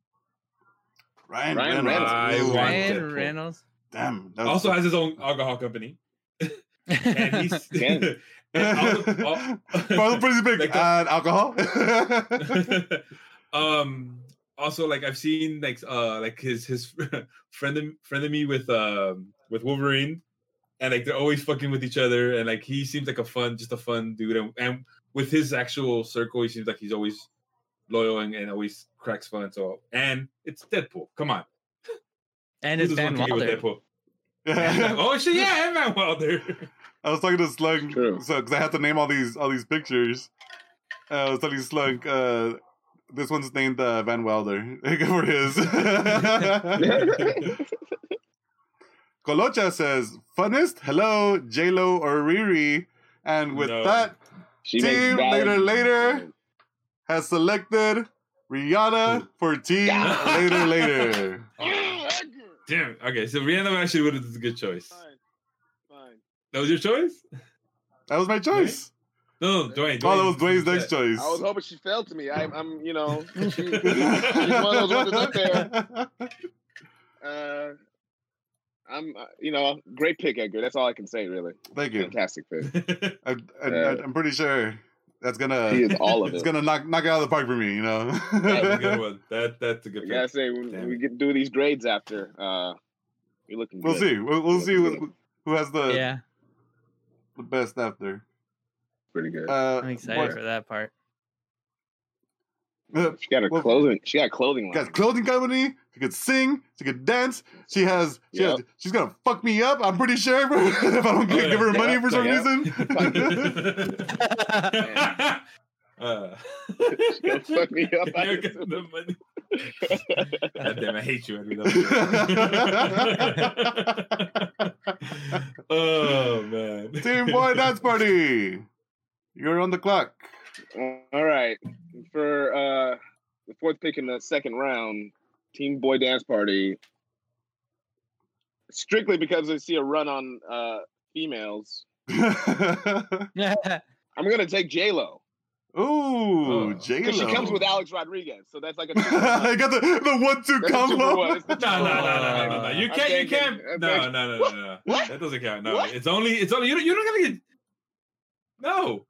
Ryan,
Ryan
Reynolds.
Reynolds.
Ooh,
I want
Ryan
Deadpool.
Reynolds.
Damn. That was-
Also has his own alcohol company. And he's
Damn.
and all
*laughs*
the- all-
Final pretty big.
Like the-
and alcohol.
*laughs* um also like i've seen like uh like his his *laughs* friend of, friend of me with um with wolverine and like they're always fucking with each other and like he seems like a fun just a fun dude and, and with his actual circle he seems like he's always loyal and, and always cracks fun so and it's deadpool come on
*laughs* and
who
his
doesn't
Van
want to
Wilder.
get
*laughs*
with *laughs* deadpool oh shit yeah and Van Wilder.
I was talking to Slug,
True.
so because I had to name all these all these pictures. Uh, I was telling Slug, uh, this one's named uh, Van Wilder *laughs* for
*laughs*
his. Colocha says, "Funnest, hello, J Lo or Riri," and with
No.
that
She makes
Team
valid-
later, later. has selected Rihanna for team
Yeah. *laughs*
later later.
Ah,
damn okay so rihanna actually would have a good choice
Fine. Fine.
that was your choice
That was my choice.
no, no dwayne,
Oh, that was Dwayne's next choice.
I was *laughs* hoping she fell to me. I, I'm, you know,
*laughs*
she, she's one of those ones that's up there.
yeah,
Uh, I'm, uh, you know, great pick, Edgar. That's all I can say, really.
*laughs* Thank you.
Fantastic pick.
*laughs* choice
I, I,
Uh,
I'm pretty sure that's gonna
He is all of
Uh, it's
it.
gonna knock knock it out of the park for me. You
That's a
*laughs*
good
know.
one. That that's a good
I
pick.
gotta
*laughs*
say, when,
Damn
when we
it.
get do these grades after, uh, you're looking.
we'll
good.
see. We'll, we'll see who, who has the,
Yeah,
the best after.
Pretty good.
Uh,
I'm excited
what-
for that part. *laughs*
uh,
she got her
well-
clothing. She got
*laughs*
clothing
she
line.
got clothing company. She could sing. She could dance. She has. She has she's gonna fuck me up. I'm pretty sure *laughs* if I don't
Oh, yeah.
give her
Yeah.
money for some
Yeah. *laughs*
reason.
uh,
She'll fuck me up. I
You're
just-
getting the money. God damn, I hate you. Edwin. *laughs* oh man.
*laughs* Team boy
*laughs*
dance party. You're on the clock. *laughs*
All right, for uh, the fourth pick in the second round, Team Boy Dance Party. Strictly because I see a run on uh, females,
That's
I'm gonna take J Lo.
Ooh,
Oh.
J
Because she comes
*laughs*
with
Lo.
Alex Rodriguez, so that's like
*laughs*
a.
I got the, the one two
That's a two for one.
combo.
It's the two
No,
for
no,
one.
no, no, no, no, no. You
I'm
can't. You
thinking-
can't.
I'm
No, no,
thinking-
no, no, no.
What?
That doesn't count. No,
What?
it's only. It's only. You don't. You're not gonna get. No,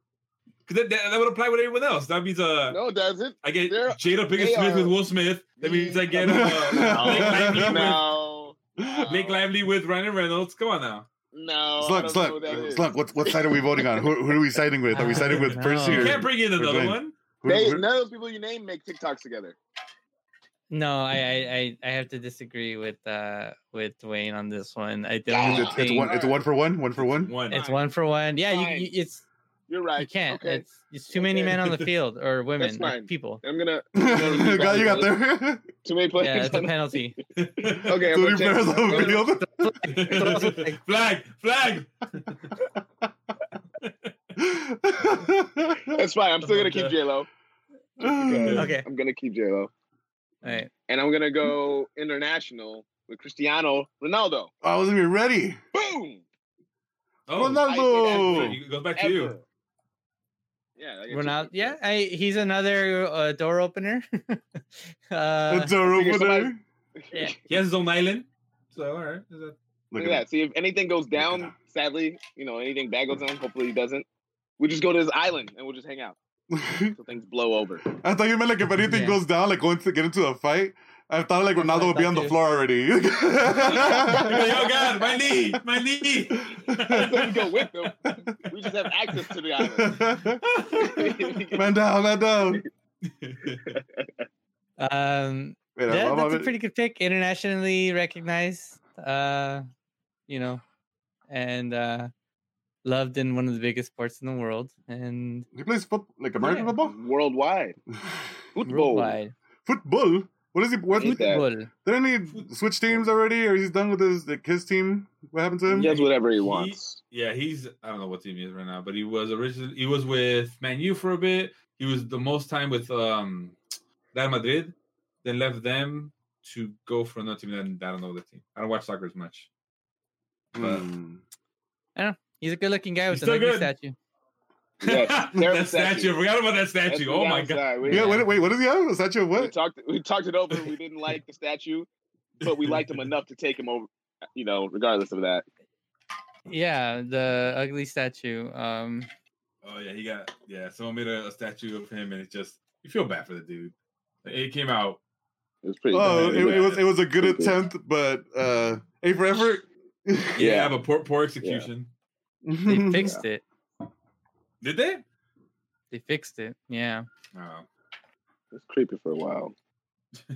because that, that, that would apply with everyone else. That means uh,
No, it doesn't.
I get
they're-
Jada Pinkett
they
Smith with
are
Will Smith. That means I get uh,
*laughs* Oh,
No.
Blake Lively with-
No. No.
Blake Lively with Ryan Reynolds. Come on now.
No. Oh,
Slug,
I don't know who
slug,
that is.
slug. What what side are we voting on? Who, who are we siding with? Are we
I
siding with
don't
Percy
know.
or?
You
Here.
can't bring in
We're
another
going.
one.
They,
who- who-
none of those people you name make TikToks together.
No, I, I, I, I have to disagree with uh with Dwayne on this one. I
Yeah,
It's,
don't
it's
think
one. It's one for one. One for one.
One.
it's one for one. Yeah, you, you, it's
You're right.
you can't.
Okay.
It's it's too many
Okay.
men on the field or women, or
fine.
people.
I'm gonna.
*laughs* you got you got there.
Too many players.
Yeah,
*laughs*
that's a
on-
penalty.
okay.
*laughs*
I'm
Tony
gonna check-
Blair's
I'm
on
gonna-
video.
*laughs* flag, flag.
That's fine. I'm still gonna
*laughs*
keep
Okay.
J Lo.
*laughs* Okay.
I'm gonna keep J Lo,
All right.
and I'm gonna go international with Cristiano Ronaldo.
I wasn't even ready.
Boom.
Oh,
Ronaldo.
it goes back to
Ever.
you.
Yeah. I get you.
Ronaldo. Yeah, I, he's another uh, door opener. *laughs* uh,
It's a room
figure
with
somebody-
her.
*laughs*
yeah.
He has his own island. So all right. Is that-
Look at
Look at that. See if anything goes
at
down.
that.
Sadly, you know, anything bad *laughs* goes down. Hopefully, he doesn't. We just go to his island and we'll just hang out
that. *laughs*
until things blow over.
I thought you meant like if anything
Yeah.
goes down, like going to get into a fight. I thought like
That's what
Ronaldo
I
would be
thought
on the
too.
floor already. *laughs*
oh God, my knee, my knee. *laughs*
Doesn't go with them. We just have access to the
*laughs*
island.
man down, man down.
Um,
Wait,
that-
I'm-
that's a
I'm-
pretty good pick. Internationally recognized. Uh, you know, and uh, loved in one of the biggest sports in the world and
He plays football, like American
Yeah.
Worldwide
football.
football.
worldwide.
football. What is he? What?
Ain't that-
Football.
Didn't he switch teams already, or he's done with his like his team? What happened to him?
He does whatever he
He-
wants.
yeah, he's I don't know what team he is right now, but he was originally he was with Man U for a bit. He was the most time with um Real Madrid, then left them to go for another team. Then I don't know the team. I don't watch soccer as much.
Hmm.
He's a good-looking guy with
He's
a
still
lovely
good.
statue.
*laughs*
Yes, terrible
that statue.
statue.
I forgot about that
That's
statue.
the
Oh my god.
downside. We,
Yeah. Wait, wait. What is he have? A statue of
we
what?
talked. We talked it over. We didn't like the statue, but we liked him enough to take him over. You know, regardless of that.
Yeah, the ugly statue. Um,
Oh yeah, he got yeah. Someone made a, a statue of him, and it's just you feel bad for the dude. It came out.
It was pretty.
Oh,
bad.
it, it was it was a good
Pretty good.
attempt, but uh, a for effort.
Yeah,
Yeah.
but poor poor execution.
*laughs*
*laughs*
they *laughs* fixed it.
Did they?
They fixed it. Yeah,
Oh. *laughs*
It was creepy for a while.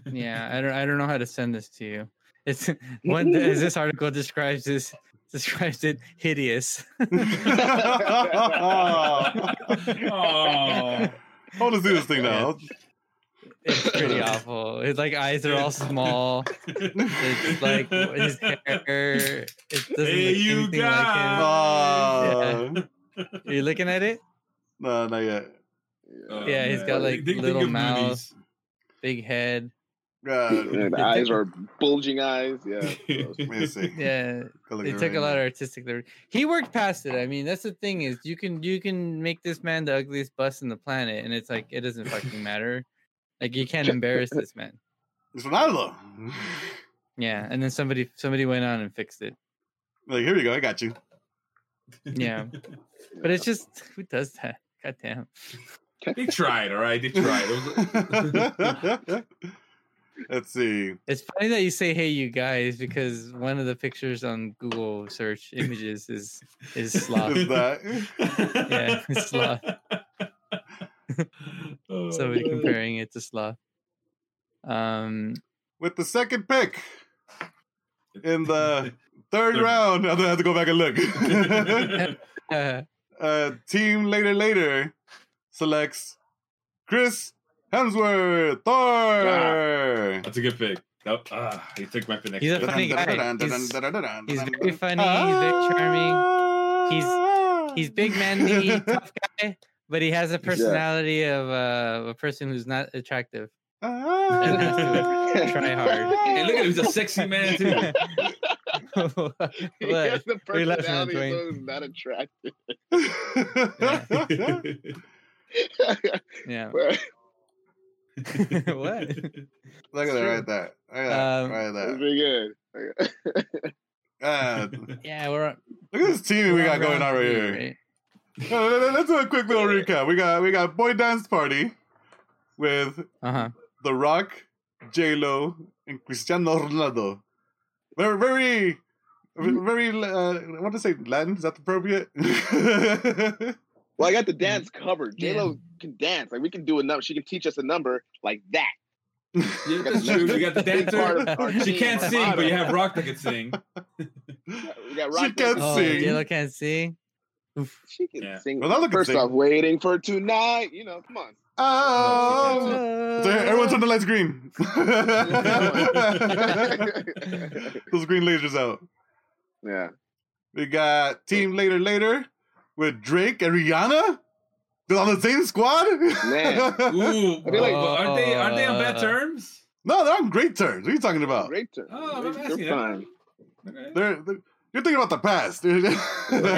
yeah. I don't. I don't know how to send this to you. It's *laughs* one. As this article describes this *laughs* describes it hideous.
*laughs* oh.
Oh, let's do this thing now.
*laughs* It's pretty awful. It's like eyes are all small.
*laughs*
It's like his hair. It doesn't
Hey,
look
you
anything like
Uh,
him. Are you looking at it?
No, not yet.
Oh,
Yeah, he's got, like, little mouth. Big head.
*laughs*
God,
Yeah, the eyes are bulging eyes.
*laughs*
Yeah. *laughs*
let me see.
Yeah.
Gotta look
they
at it
took
right
a lot
now.
of artistic liberty. He worked past it. I mean, that's the thing is you can you can make this man the ugliest bus on the planet, and it's like it doesn't fucking matter. Like you can't embarrass this man.
It's Ronaldo. *laughs*
Yeah, and then somebody somebody went on and fixed it.
Like here we go. I got you. *laughs*
Yeah, but it's just who does that? God damn.
*laughs* They tried, all right. They tried. It
*laughs*
was,
Let's see.
It's funny that you say "Hey, you guys" because one of the pictures on Google search images is
*laughs*
is sloth.
Is that?
*laughs* *laughs* Yeah, it's sloth.
*laughs* Oh,
so we're
man.
comparing it to sloth. Um,
With the second pick in the third round, I'm gonna have to go back and
*laughs*
look. *laughs*
uh,
uh, team later later selects Chris Hemsworth Thor.
*laughs* That's a good pick. Nope. Ah, he took my next.
He's a
pick.
funny guy. He's- he's
*laughs*
very funny. He's very charming.
charming.
He's
*laughs*
big, manly, tough guy, but he has a personality of uh, a person who's not
*laughs*
attractive. *laughs* Try hard.
And look at him. He's a sexy man too.
He has
What?
the
We left him,
*laughs* personality,
Dwayne.
*laughs*
*laughs*
*laughs*
so it's not attractive.
hard.
Yeah. *laughs*
Bro,
what?
Look at that right there. Look at that
Um,
right
That's
there.
*laughs* pretty good.
Uh,
Yeah, we're
look at this team we got going on right here.
*laughs*
No, no, no, Let's do a quick little recap. We got we got Boy Dance Party with
Uh huh.
The Rock, J Lo, and Cristiano Ronaldo. Very, very, very. Uh, I want to say Latin. Is that appropriate? *laughs*
Well, I got the dance covered.
Yeah.
J Lo can dance. Like we can do a number. She can teach us a number like that.
Yeah, that's true. You
*laughs*
got the
Big
dancer.
part of our
She
team,
can't
our
sing, but you
motto.
have Rock that can sing.
We got
She
rock.
can't
that-
Oh,
sing.
J-Lo can't see. Oof.
She can
Yeah.
sing.
Ronaldo can
First
sing.
off, waiting for tonight. You know, come on. *laughs*
oh, so everyone turn the lights green. Those green lasers out.
Yeah.
We got Team Later Later with Drake and Rihanna. They're on the same squad.
Man. *laughs*
Ooh,
I feel like-
but aren't they aren't they on
Uh.
bad terms?
*laughs* no, they're on great terms. What are you talking about?
Great turn.
Oh, I'm
They're
asking that.
fine.
They're, they're- you're thinking about the past. *laughs* dude.
I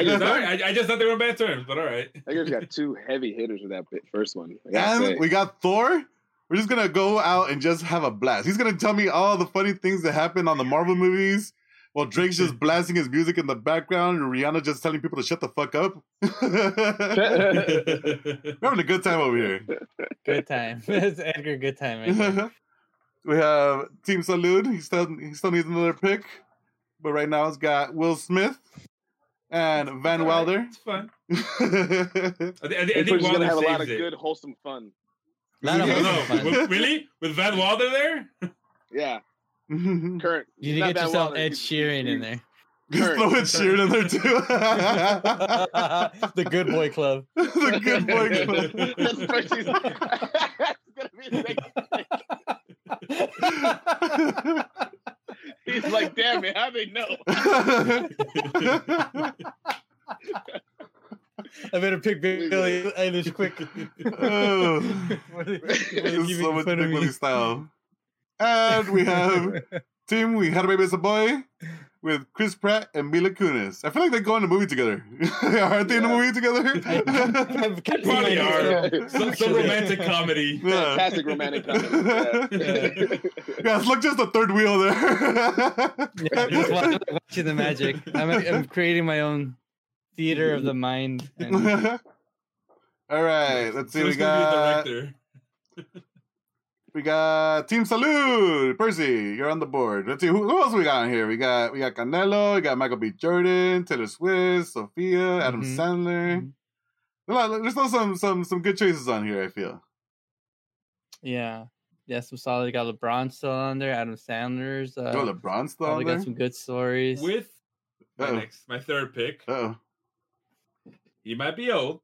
just, all right, I, I just thought they were on bad terms, but all right. *laughs*
I guess we got two heavy hitters with that bit, first one. I gotta say.
and we got Thor. We're just gonna go out and just have a blast. He's gonna tell me all the funny things that happened on the Marvel movies. While Drake's just blasting his music in the background, and Rihanna just telling people to shut the fuck up. *laughs*
*laughs*
We're having a good time over here.
Good time. *laughs* That's Edgar. Good time. Right
*laughs*
there.
we have Team Salud. He still he still needs another pick, but right now it's got Will Smith and Van
All right,
Wilder.
*laughs* It's fun.
He's
I, thi- I, thi- I
We're
think
just
Wilder
gonna have a
saves
lot of
it.
good, wholesome fun.
*laughs*
Lot of
No,
wholesome
no,
*laughs*
fun.
w- really? With Van Wilder there?
Yeah, current.
You need
not
to get
Van
yourself
Wilder,
Ed
he's-
Sheeran in
he's-
there.
*laughs* throwing Sheeran in there too.
the Good Boy *laughs* Club.
*laughs* the
*laughs*
good boy. Club.
That's the first he's- *laughs* It's gonna be the next- He's like, damn it, how they
*laughs*
know?
I better pick Billy Eilish quick. *laughs*
*laughs* oh,
Before they-
this
before they
is
give
so
you
much
fun of
Big
*laughs*
Willie
me.
style. And we have
*laughs*
Team We Had a Baby as a Boy with Chris Pratt and Mila Kunis. I feel like they go in a movie together. *laughs* Aren't they in a
Yeah.
movie together?
I've kept
Probably
reminding *laughs*
are.
myself.
Some, some romantic comedy.
yeah.
*laughs* Fantastic romantic comedy. Yeah.
yeah, it's like just the third wheel there.
Yeah, just wa- watching the magic. I'm, I'm creating my own theater of the mind.
*laughs*
And
*laughs* All right, let's see.
Who's
We
gonna
got
be the director?
we got Team Salud. Percy, you're on the board. Let's see who, who else we got on here. We got we got Canelo. We got Michael B. Jordan, Taylor Swift, Sophia, Adam
Mhm.
Sandler.
Mhm.
Well, uh, There's still some some some good choices on here. I feel.
yeah, yeah, some solid. You got LeBron still on there. Adam Sandler's. Uh,
oh, LeBron's still
probably
on
got
there.
some good stories.
With my
Uh-oh.
next, my third pick.
Oh,
He might
*gasps*
be old,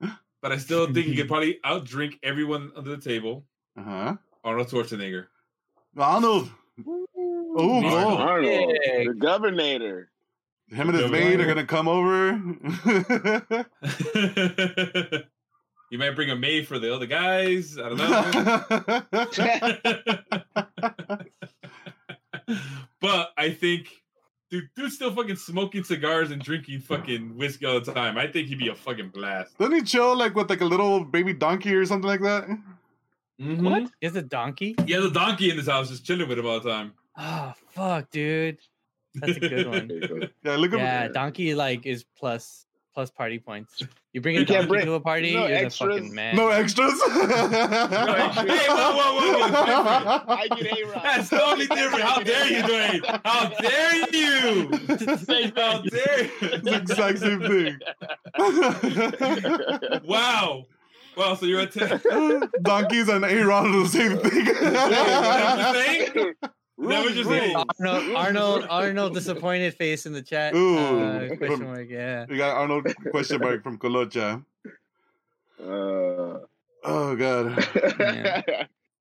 but I still
*laughs*
think he could probably outdrink everyone under the table.
uh huh.
Arnold Schwarzenegger. *laughs*
Arnold. Oh,
*laughs* Arnold.
no.
Arnold,
Yeah.
the
*laughs*
governor.
Him and his
Yeah,
maid are gonna
right.
come
*laughs*
over.
you might bring a maid for the other guys. I
*laughs*
don't know. *laughs*
yeah,
but I think dude, dude's still fucking smoking cigars and drinking fucking whiskey all the time. I think he'd be a fucking blast.
doesn't he chill like with like a little baby donkey or something like that?
What? He has a Mm-hmm. donkey?
He has a donkey in his house, just chilling with him all the time.
Oh fuck, dude. That's a good one.
There you go.
Yeah, *laughs* look
Yeah,
at
donkey like is plus plus party points. You bring a
You
donkey
can't bring-
to a party,
no
you're the
extras.
fucking man.
no extras. *laughs*
Hey, whoa, whoa, whoa, whoa!
I get a
*laughs* That's totally different. How dare you, Dwayne? How dare you? How dare
*laughs* It's the exact same thing.
*laughs* Wow. Wow, so you're a 10.
*laughs* Donkeys and A Rod are the same thing.
thing? That was just
rules.
*laughs*
Arnold, Arnold, Arnold, disappointed face in the chat.
Ooh.
Uh, question mark. Yeah.
we got Arnold question mark from Colocha.
*laughs* Uh, *laughs*
Oh god. All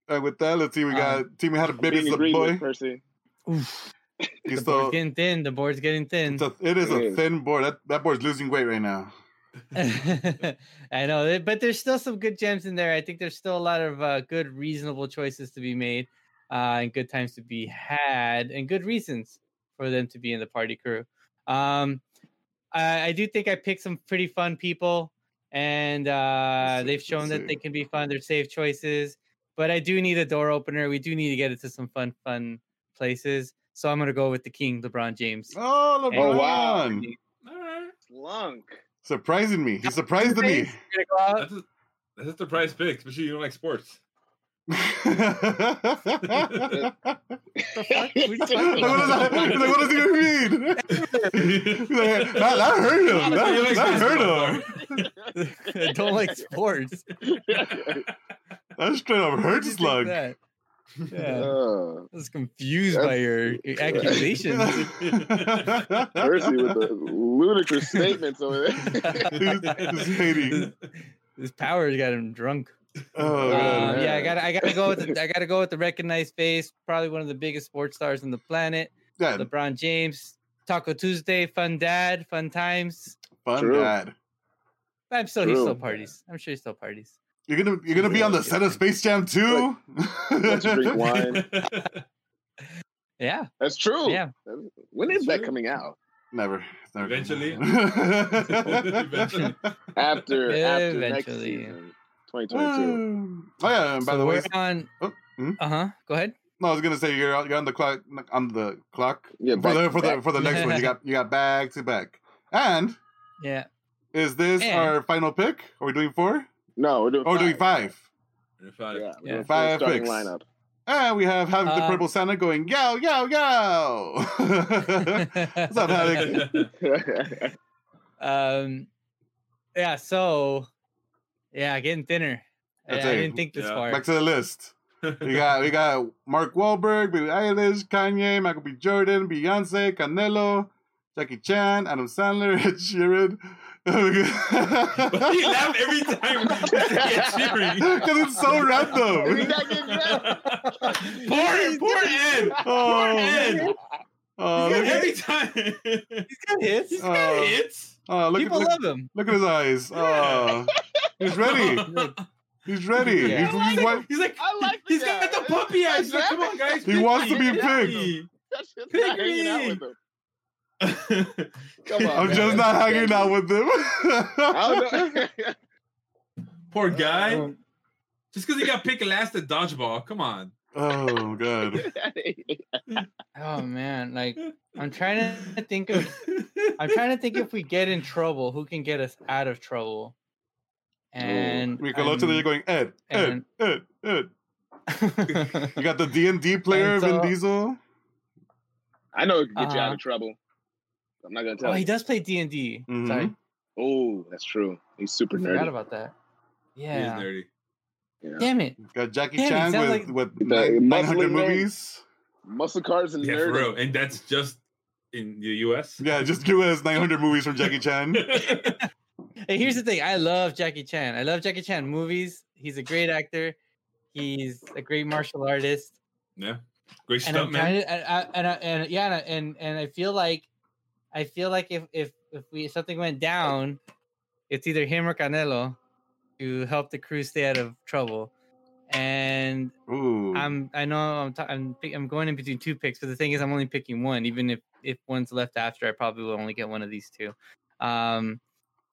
right, with that, let's see. We got team. We had a baby.
Uh, being
It's a
agreed
boy.
with Percy.
Oof.
He's
The
still-
board's getting thin. The board's getting thin.
It's a, it is
It
a
is.
thin board. That that board's losing weight right now.
*laughs* I know, there- but there's still some good gems in there. I think there's still a lot of uh, good, reasonable choices to be made, uh, and good times to be had, and good reasons for them to be in the party crew. Um, I, I do think I picked some pretty fun people, and uh,
Let's see,
they've shown
let's
that
see.
they can be fun. They're safe choices, but I do need a door opener. We do need to get it to some fun, fun places. So I'm gonna go with the king, LeBron James.
Oh, LeBron.
Oh, wow.
All right.
Slunk.
Surprising me. He surprised me. *laughs*
Face, we're gonna go out.
That's a, that's a surprise pick, especially you don't like sports.
The *laughs* fuck? What are you
Like,
talking
what, does
about?
that, like, what does he mean? like, that, that hurt him. That, that hurt him.
*laughs* I don't
*laughs*
like sports.
That straight up
Where'd
hurt
you think
slug.
that? Yeah,
Uh,
I was confused
*laughs*
by your accusations.
He's
Percy with the
*laughs*
ludicrous statements over there.
just
*laughs*
hating.
His power's got him drunk.
Oh,
Um,
man.
yeah, I
man.
gotta, I gotta go with, the, I gotta go with the recognized face. Probably one of the biggest sports stars on the planet,
Dad,
LeBron James. Taco Tuesday, fun dad, fun times.
fun
True.
dad.
I'm still, he still
True.
parties. I'm sure he still parties.
You're gonna you're gonna be on the set of Space Jam 2? *laughs*
Let's drink wine.
*laughs*
Yeah,
That's true.
yeah.
That- When is
That's
that
true.
coming out?
Never. It's never *laughs*
Eventually.
Eventually.
Eventually.
*laughs*
After after next
Eventually.
season, 2022.
*laughs* oh yeah, and by
So
the way,
we're on.
Oh, mhm.
Uh huh. Go ahead.
no, I was gonna say you're you're on the clock on the clock
Yeah,
for the
back-
for the
back.
for the next one. You got you got back to back. And *laughs*
Yeah.
is this
And-
our final pick? Are we doing four?
No, we're doing.
Or are we oh, doing five?
Yeah,
*laughs*
we're
Yeah.
doing
Five
starting
picks.
lineup. *laughs*
And we have Havoc the
Um,
Purple Santa going, yow, yow, *laughs* yow. What's up,
*laughs*
Havoc?
*laughs*
Um, yeah. So, yeah, getting thinner. I, I
That's it.
didn't think this
Yeah.
far.
Back to the list. We got we got Mark Wahlberg, Billie Eilish, Kanye, Michael B. Jordan, Beyonce, Canelo, Jackie Chan, Adam Sandler, *laughs* Ed
*laughs*
Sheeran.
*laughs* you laugh
*laughs*
every time.
Because it's so
We *laughs*
random.
not
*laughs*
getting that.
Poor, poor Ed. Poor Ed.
Oh, oh, look, at-
Every time. *laughs*
He's got hits.
Oh,
Hits.
oh, look, at-
People
look,
love him.
look at his eyes. Oh, he's ready. He's ready.
Yeah.
He's, he's, wa-
He's like,
I like the
he's got
guy.
the puppy eyes. Like, come on, guys.
He wants to be
pick
picked.
me.
That's just not hanging out with them. Come on,
I'm
man.
just not hanging out with him.
*laughs* I don't know.
*laughs* Poor guy.
Um,
Just because he got picked last at dodgeball. Come on.
*laughs* oh god.
Oh man,
*laughs*
like I'm trying to think of I'm trying to think if we get in trouble, who can get us out of trouble? And
Michelotto, there you're
I'm-
going Ed, Ed,
and-
Ed, Ed. You got the D and D player
And
Vin
so-
Diesel.
*laughs* I know it could get you out
Uh-huh.
of trouble. I'm not gonna
*laughs* oh,
tell
he
you.
does play D and D. Sorry,
Mhm.
Oh, that's true. He's super
I forgot
nerdy.
about that.
He is
Yeah,
nerdy.
Yeah.
damn it.
Got Uh, Jackie
Damn, it
Chan with
sounds
with
The
nine- 900
muscling man.
movies.
Muscle cars and
Yeah, for
nerdy.
real. And that's just in the U.S.
Yeah, just give us 900 movies from Jackie
*laughs*
Chan.
Hey, here's the thing. I love Jackie Chan. I love Jackie Chan movies. He's a great actor. He's a great martial artist.
yeah. Great
and
stuff,
I'm
man.
trying to, and, I- and, I- and yeah, and I- and and I feel like, I feel like if if if we if something went down, it's either him or Canelo, to help the crew stay out of trouble. And
Ooh.
I'm I know I'm ta- I'm pick- I'm going in between two picks, but the thing is I'm only picking one. Even if if one's left after, I probably will only get one of these two. Um,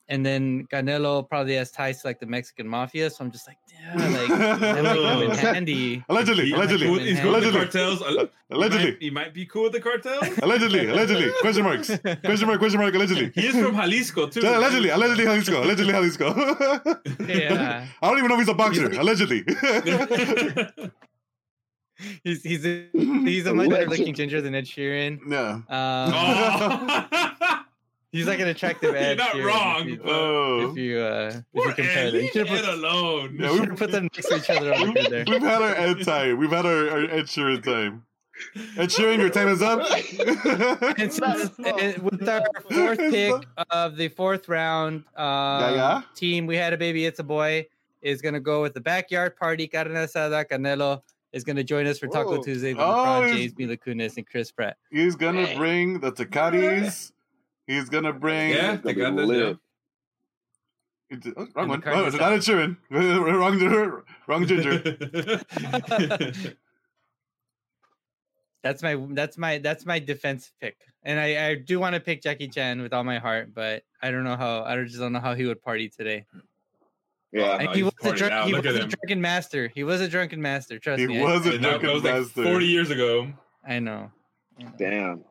and then Canelo probably has ties to like the Mexican mafia, so I'm just like,
*laughs*
yeah, like that might come in handy.
allegedly,
He-
allegedly,
He's cool with the
allegedly,
cartels. Al- He
allegedly,
might, he might be cool with the cartels. *laughs*
allegedly, allegedly. Question marks.
*laughs*
Question mark. Question mark. *laughs* Allegedly.
He is from Jalisco too.
*laughs* Yeah, Allegedly,
*laughs*
allegedly, Jalisco. Allegedly, Jalisco.
Yeah.
*laughs* I don't even know if he's a boxer. Allegedly.
*laughs*
*laughs*
He's he's a, he's
*laughs*
a much better looking ginger than Ed Sheeran.
yeah.
Um,
oh.
he's like an attractive
*laughs* You're
Ed.
not
Sheeran
wrong,
If you,
Oh.
if you, uh, if you
Poor
compare
Ed.
them, you
Leave
should
Ed
put,
alone.
Yeah,
you should put them next to each other on the there.
We've had our Ed time. We've had our, our Ed Sheeran time. Ed Sheeran, your time is up.
And so,
That's
uh,
tough.
with our fourth
That's
pick
tough.
of the fourth round
*laughs*
um,
yeah.
team, we had a baby. It's a boy is going to go with the backyard party. Carne asada Canelo is going to join us for Taco
Whoa.
Tuesday with
Oh,
LeBron
he's-
James, Mila Kunis, and Chris Pratt.
He's gonna
Dang.
bring the Tecatis. He's gonna bring.
*laughs* Yeah, they got that. Yeah.
It's- oh, wrong one.
And the
Oh, it's not Ed Sheeran. *laughs* wrong,
*laughs*
wrong ginger.
That's my that's my that's my defense pick, and I, I do want to pick Jackie Chan with all my heart, but I don't know how I don't- just don't know how he would party today.
Yeah.
Oh,
I,
no,
And he
he's
was a,
partying
drunk,
out.
he
Look
was a
at him.
drunken master. He was a drunken master. Trust
He
me. I-
was a
And that, that
drunken
was like
master.
40 years ago.
I know. I know.
Damn.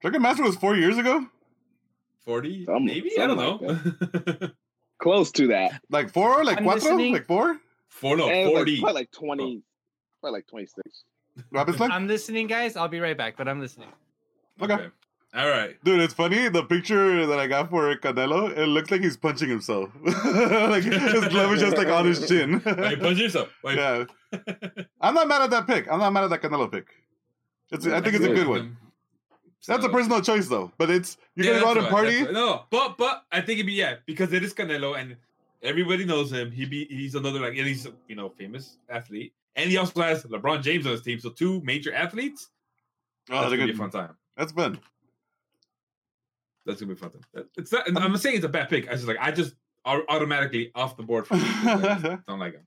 Drunken master was four years ago,
40?
Some-
maybe? I
something
don't know.
Close to that.
like four, like
I'm
cuatro,
listening.
like four.
*laughs* Four,
Eh,
no,
And it was, like,
40.
probably like 20.
Oh.
Probably like 26.
Rapid slug.
I'm listening, guys. I'll be right back, but I'm listening.
Okay.
All right.
Dude, it's funny. The picture that I got for Canelo, it looks like he's punching himself. *laughs* like his glove is just like on his
*laughs*
chin. *laughs*
Wait, punch yourself. Wait.
yeah, I'm not mad at that pick. I'm not mad at that Canelo pick. It's, I think it's a good one. That's a
Um, So-
personal choice though. But it's you're
Yeah,
gonna go out
that's
and
right,
party.
that's right. No, but but I think it'd be yeah because it is Canelo and everybody knows him. He be he's another like and he's you know famous athlete and he also has LeBron James on his team. So two major athletes.
Oh,
that's
they're
gonna be a
good.
fun time.
That's
*laughs*
fun.
That's gonna be a fun time. That- It's not. I'm not saying it's a bad pick. I just like I just are automatically off the board. For me. I
*laughs*
just don't like him.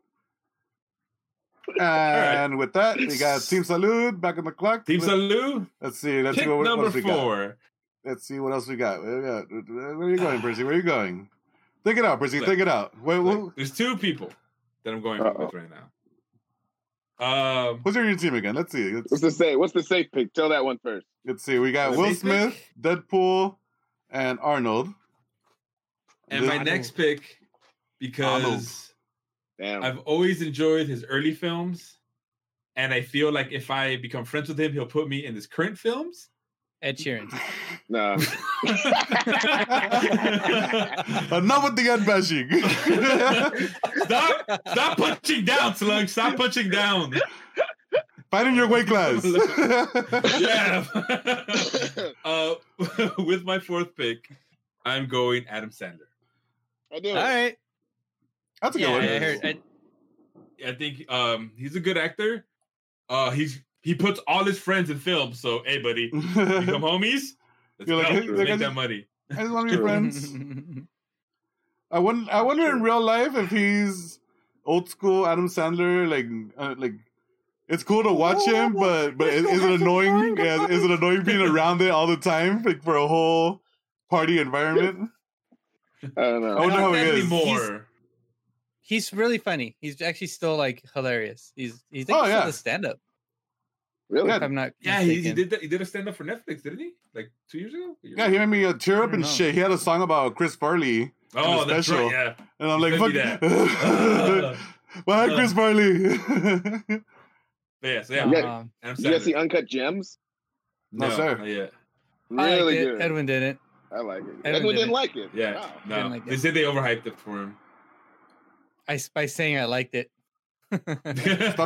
And with that, we
*laughs*
got Team Salud back on the clock.
Team
Let's-
Salou,
Let's see. Let's
pick
see what, what
number
else we got.
four.
Let's see what else we got. Where, we got- where are you going, Percy? Where are you going? Think it out, Percy.
Look.
Think it out. Wait,
Like,
who-
there's two people that I'm going
Uh-oh.
with right now. Um,
who's your team again? Let's see. Let's,
What's the safe? What's the safe pick? Tell that one first.
let's see. We got
The
Will
big
Smith, Deadpool, and
*laughs*
Arnold.
and
This-
my next pick because.
Damn.
I've always enjoyed his early films, and I feel like if I become friends with him, he'll put me in his current films. *laughs*
Ed Sheeran.
no. *laughs*
Enough Uh, with the end *laughs* bashing.
stop! Stop punching down, Slug! Stop punching down!
Fighting your weight
*laughs*
class. *laughs*
Yeah. *laughs* uh, *laughs* with my fourth pick, I'm going Adam Sandler.
I do.
All right.
That's a good
Yeah,
one.
I heard. I,
I think um, he's a good actor. Uh, he's he puts all his friends in films. So hey, buddy,
*laughs*
become homies. Let's
You're like,
go.
"Hey, look at
make
this-
that money.
I just want to be friends.
*laughs*
I wonder. I wonder in real life if he's old school Adam Sandler. Like, uh, like it's cool to watch
Oh,
him,
*laughs*
but but is, is it annoying? Yeah, is it annoying being around it all the time, like for a whole party
*laughs*
environment?
I don't know.
I
Oh,
wonder
Not
how he
that
is.
anymore.
*laughs* he's really funny. He's actually still like hilarious. He's he's
Oh,
oh,
yeah.
yeah. stand up.
Really?
Yeah.
If I'm not.
Yeah, he, he
mistaken.
did. That, he did a stand up for Netflix, didn't he? Like two years ago.
Yeah, he made me uh, tear up
I
and
don't know.
shit. He had a song about Chris Farley,
oh,
the
that's
special.
right. Yeah,
and I'm
He
like, fuck.
sent me
Why *laughs*
Uh.
Chris Farley?
*laughs*
*laughs*
but yeah. So yeah,
Um,
Yeah.
Adam
Did you guys
Sandler.
see Uncut Gems?
No,
no,
sir.
I
Yeah,
liked
Really
it.
good.
Edwin didn't.
I like it.
Edwin
Edwin
did
didn't
it.
like it.
yeah.
Wow.
No,
Didn't like
they
it.
said they overhyped it for him. *laughs*
I s- by saying I liked it.
*laughs*
*laughs*
Stop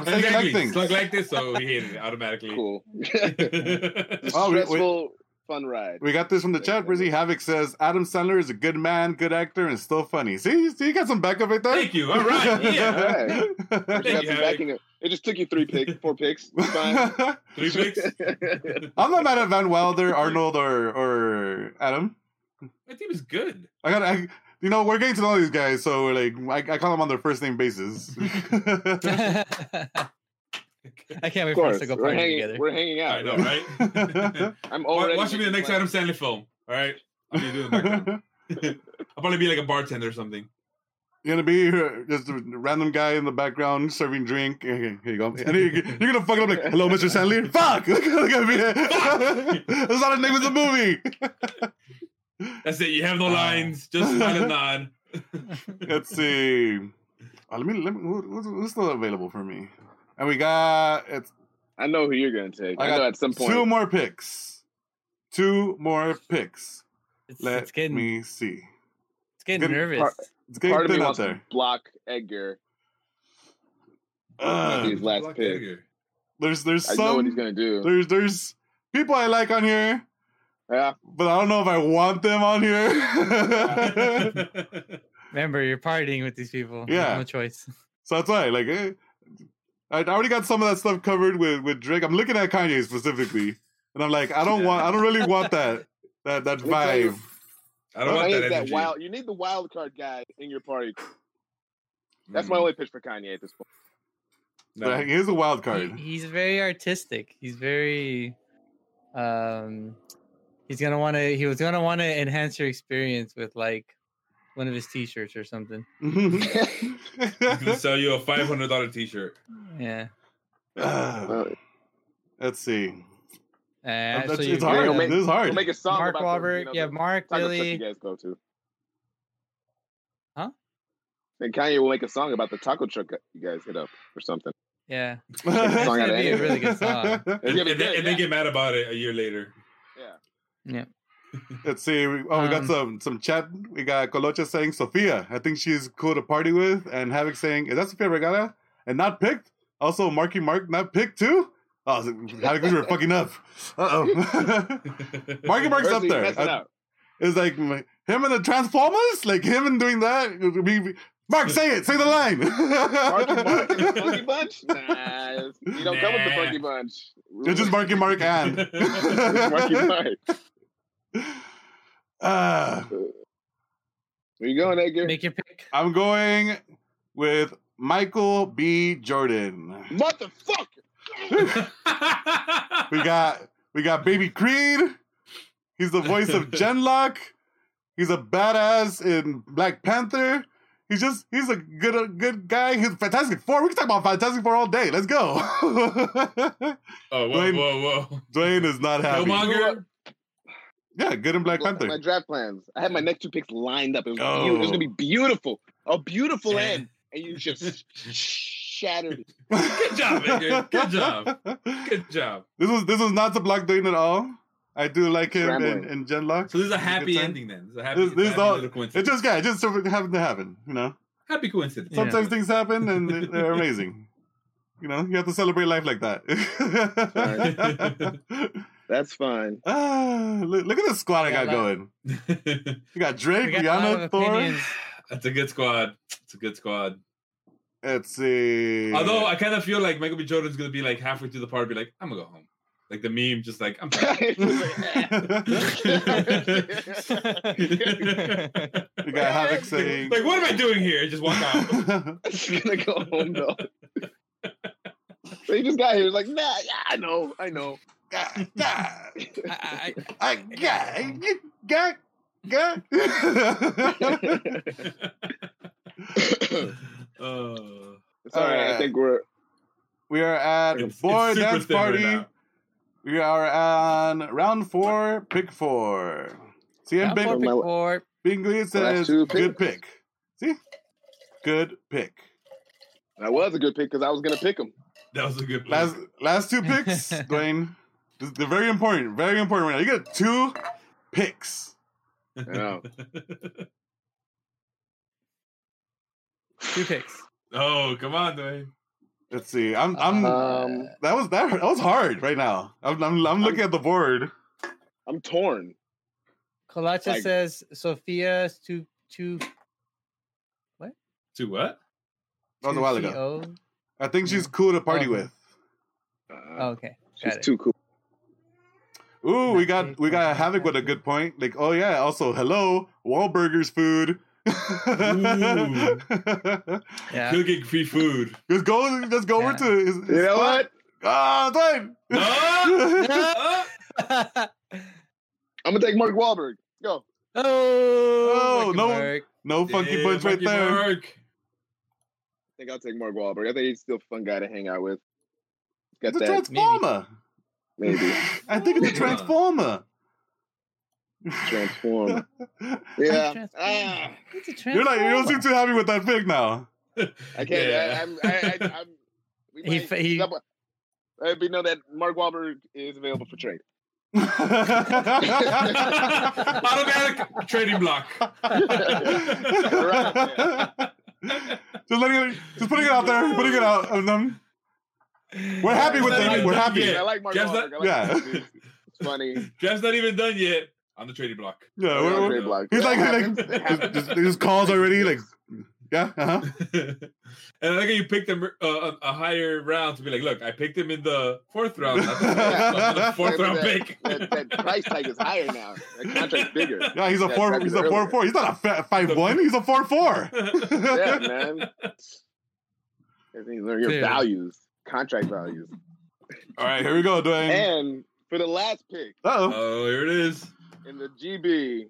saying you like things.
Slug liked this, so he hated it automatically.
Cool. *laughs*
That's
Oh, we- we-
Stressful, fun ride.
we got this from the chat. Brizzy Havoc says Adam Sandler is a good man, good actor, and still funny. See, see, you got some backup right there.
*laughs* Thank you. All
*laughs*
right. *laughs* Yeah.
You got
you,
some
Havoc.
backing up. It just took you three picks,
*laughs*
four picks. It's Fine.
Three picks.
*laughs*
*laughs*
I'm not mad at Van Wilder, Arnold, or or Adam.
My team is good. *laughs*
I got I, you know we're getting to know these guys, so we're like I, I call them on their first name
*laughs*
basis.
I can't
Of
wait for us
course.
to go
We're
party
hanging,
together.
we're hanging out.
I know, right?
I'm
Wa-
*laughs* already.
Watch me the
making
next Adam
plans.
Sandler film. All right. I'll be
*laughs*
doing that. I'll probably be like a bartender or something.
You're gonna be here, just a random guy in the background serving drink. Okay, here you go. And you're, you're gonna fuck it up like, "Hello, Mr. Sandler." Fuck! *laughs* Look at me. That's not the name of the movie.
That's it. You have no
Ah.
lines. Just smile and nod.
*laughs*
Let's see. Uh, let me let me. Who, who's, who's still available for me? And we got it's
I know who you're going to take.
I
I,
got
know at some point.
Two more picks. Two more picks.
It's,
Let
it's getting
me see.
it's getting
good
nervous.
part-
It's getting
Part of me
thin out
wants to
there.
block Edgar.
Ugh.
His last
Block
*laughs*
pick.
*laughs* Edgar.
there's there's
I know what he's
some
going to do.
there's there's people I like on here,
Yeah.
but I don't know if I want them on here.
Remember, you're partying with these people.
Yeah.
no choice.
*laughs* so that's why, like, eh, I I already got some of that stuff covered with with Drake. I'm looking at Kanye specifically, and I'm like, I don't want, I don't really want that that
*laughs*
that
Looks like-
vibe.
I don't want
Kanye
that
is
energy.
wild. You need the wild card guy in your party. That's
Mm,
my only pitch for Kanye at this point.
no.
But here's a wild
He-
*laughs*
card. *laughs*
he's very artistic. He's very um he's gonna wanna he was gonna wanna enhance your experience with like one of his T-shirts or something.
He's gonna sell you a five hundred dollar
*laughs*
T-shirt.
Yeah.
Ah,
Uh,
let's see.
Uh,
That's-
so you
it's hard.
We'll make-
this is hard.
we'll make a song
Mark
about the, you
Wahlberg.
know,
Yeah,
the
Mark,
type of trip
Billy.
you guys go to.
Huh?
And Kanye will make a song about the taco truck that you guys hit up or something.
Yeah.
*laughs* That's
gonna be a
really good song.
And,
Yeah, but
and then,
good,
and then
yeah.
get mad about it a year later.
*laughs* Let's see. We, oh, we got some
Um,
some chat. We got Colocha saying Sofia. I think she's cool to party with. And Havoc saying, "Is that Sofia Vergara?" And not picked. Also, Marky Mark not picked too. Oh, Havoc, we were fucking up. Uh oh. Marky
*laughs*
Mark's up
Firstly,
there.
messing
I-
up.
*laughs*
Uh,
It's like m- him and the Transformers. Like him and doing that. it would be- Mark, say it. Say the line.
Marky Mark and the Funky Bunch? *laughs* Nah, it's- you don't come with the
Nah.
Funky Bunch.
*laughs* It's just Marky Mark and.
It's Marky Mark.
*laughs* Ah.
Where you going, Edgar?
Make your pick.
I'm going with Michael B. Jordan.
Motherfucker!
We got we got Baby Creed. He's the voice of
*laughs*
Genlock. He's a badass in Black Panther. He's just he's a good a good guy. He's Fantastic Four. We can talk about Fantastic Four all day. Let's go. *laughs*
*laughs* oh, whoa,
Dwayne-
whoa, whoa!
Dwayne is not happy.
Killmonger.
Yeah, good in Black
My
Panther.
draft plans. I had my next two picks lined up. It was,
Oh.
beautiful. it was gonna be beautiful, a beautiful
Yeah.
end, and
*laughs*
you just shattered it.
*laughs* Good job, Edgar.
*laughs*
Good job. Good job.
This was this was not to block Dwayne at all. I do like him in,
Scrambling.
in Genlock.
So this is a
It's good
happy
time.
ending then. This is a happy,
This- this is
happy
all-
little
It
coincidence.
just yeah, it just sort of happened to happen, you know.
happy coincidence.
Yeah.
Sometimes things happen and they- they're amazing. You know, you have to celebrate life like that.
That's fine.
*laughs*
*laughs*
ah, look, look at the squad I
Yeah,
got
like-
going. You got Drake,
We got a lot
Rihanna,
of
Thor.
*laughs*
opinions.
*laughs* That's a good squad. It's a good squad.
Let's see. *laughs*
Although I kind of feel like Michael B. Jordan's gonna be like halfway through the part, be like, "I'm gonna go home." Like the meme, just like, "I'm tired." like,
we got Havoc saying.
"What am I doing here?" Just walk
*laughs*
out.
I'm just gonna go home though. They just got here. Like, nah, yeah, I know,
*laughs*
I know.
God, God,
I, I,
I got, got, got.
Uh,
It's all right. I think we're
*laughs* We are at
it's- it's
Boy
super
Dance
thin right
Party.
now.
We are on round four, pick four. CM
I'm
Bing-
for pick
my-
four.
Bingley says,
two
good
picks.
pick. See? Good pick.
that was a good pick because I was gonna pick him.
That was a good play.
Last last two
*laughs*
picks, Dwayne. This- They're very important. Very important right now. You got two picks.
I know.
Two picks.
*laughs* oh, come on, Dwayne.
Let's see. I'm I'm
Um,
that was that, that was hard right now. I'm I'm, I'm looking at the board.
I'm torn.
Kolacha
Like-
says Sophia's two two.
To what?
That was a while ago.
ago.
I think she's cool to party
Okay.
with.
Uh,
Oh, okay.
she's
got it.
too cool.
Ooh, we got
Nice.
we got Havoc with a good point. Like, oh yeah, also hello, Wahlburgers food. *laughs*
Yeah. *laughs*
He'll get free food.
Let's go. Let's go over
Yeah.
to his. his
You know
spot.
what?
Ah, Dwayne.
No! Oh,
I'm gonna take Mark Wahlberg. Go.
oh,
Oh,
Marky
no.
Mark.
*laughs* no funky
yeah,
punch right
Funky
there.
Mark.
I think I'll take Mark Wahlberg. I think he's still a fun guy to hang out with. Got
It's a
that?
transformer.
Maybe
*laughs* I think it's a transformer. *laughs*
transform.
Transform.
Yeah. Ah,
It's a
You're not. You don't seem
transformer.
too happy with that pick
*laughs*
now. *laughs*
I can't.
Yeah.
I, I'm. I, I, I'm we
He fa- he-
Uh, we know that Mark Wahlberg is available for trade.
Automatic
*laughs*
trading block.
just letting it, just putting it out there, putting it out. And then we're happy with
Not
it.
even
We're
done
happy.
yet.
I like Mark
Jeff's
Wahlberg.
not-
I like
Yeah.
him, dude. It's
*laughs*
funny.
Draft's not even done yet. On the trading block.
Yeah,
We're
we're,
on
we're-
trade block.
he's
It
like,
happens.
like
It
just,
happens.
just, he just calls already. Like, yeah, uh-huh.
and I like how you picked him uh, a- a higher round to be like, look, I picked him in the fourth round, not the
*laughs*
fourth, round, the fourth
Yeah,
round
but
pick.
that,
*laughs*
that price tag is higher now. That contract's bigger.
yeah. He's a
Yeah,
four.
that'd be
He's a
earlier.
four four. He's not a fa- five one. He's a four four.
*laughs* Yeah, man. I think you learn your
Dude.
values, contract values.
All right, here we go, Dwayne.
And for the last pick
Uh oh.
oh, here it is.
in the GB,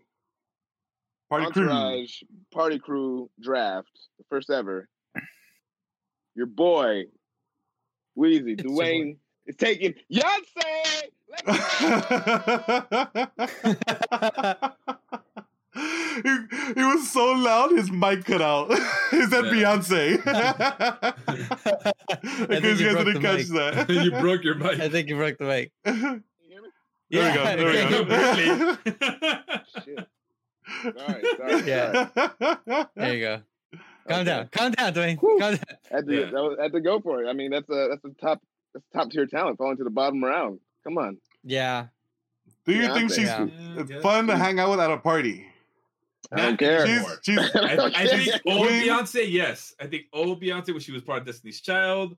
Party crew.
Entourage Party Crew draft, the first ever. Your boy, Wheezy,
It's your
Dwayne, is taking Yonsei.
*laughs*
*laughs*
he, he was so loud, his mic cut out. *laughs* Is that
Yeah.
*laughs*
Beyonce? In
think
case
you
you guys
broke
didn't
the
catch
mic.
that.
*laughs* you broke your
*laughs*
mic.
I think *laughs* you broke the mic.
there
yeah,
we
*laughs* yeah,
go. There
*laughs*
we go.
Shit. Sorry,
*laughs*
sorry,
Yeah.
sorry.
There you go. Calm
Okay.
down. Calm down, Dwayne.
Whew.
Calm down.
Had to,
Yeah.
that was- had to go for it. I mean, that's a that's a top that's top tier talent falling to the bottom round. Come on. *laughs*
Yeah.
Do you
Yeah,
think she's
yeah.
it's fun to hang out with at a party?
I don't care.
She's, she's
*laughs*
I, I think old
Wing.
Beyonce, yes. I think old Beyonce when she was part of Destiny's Child.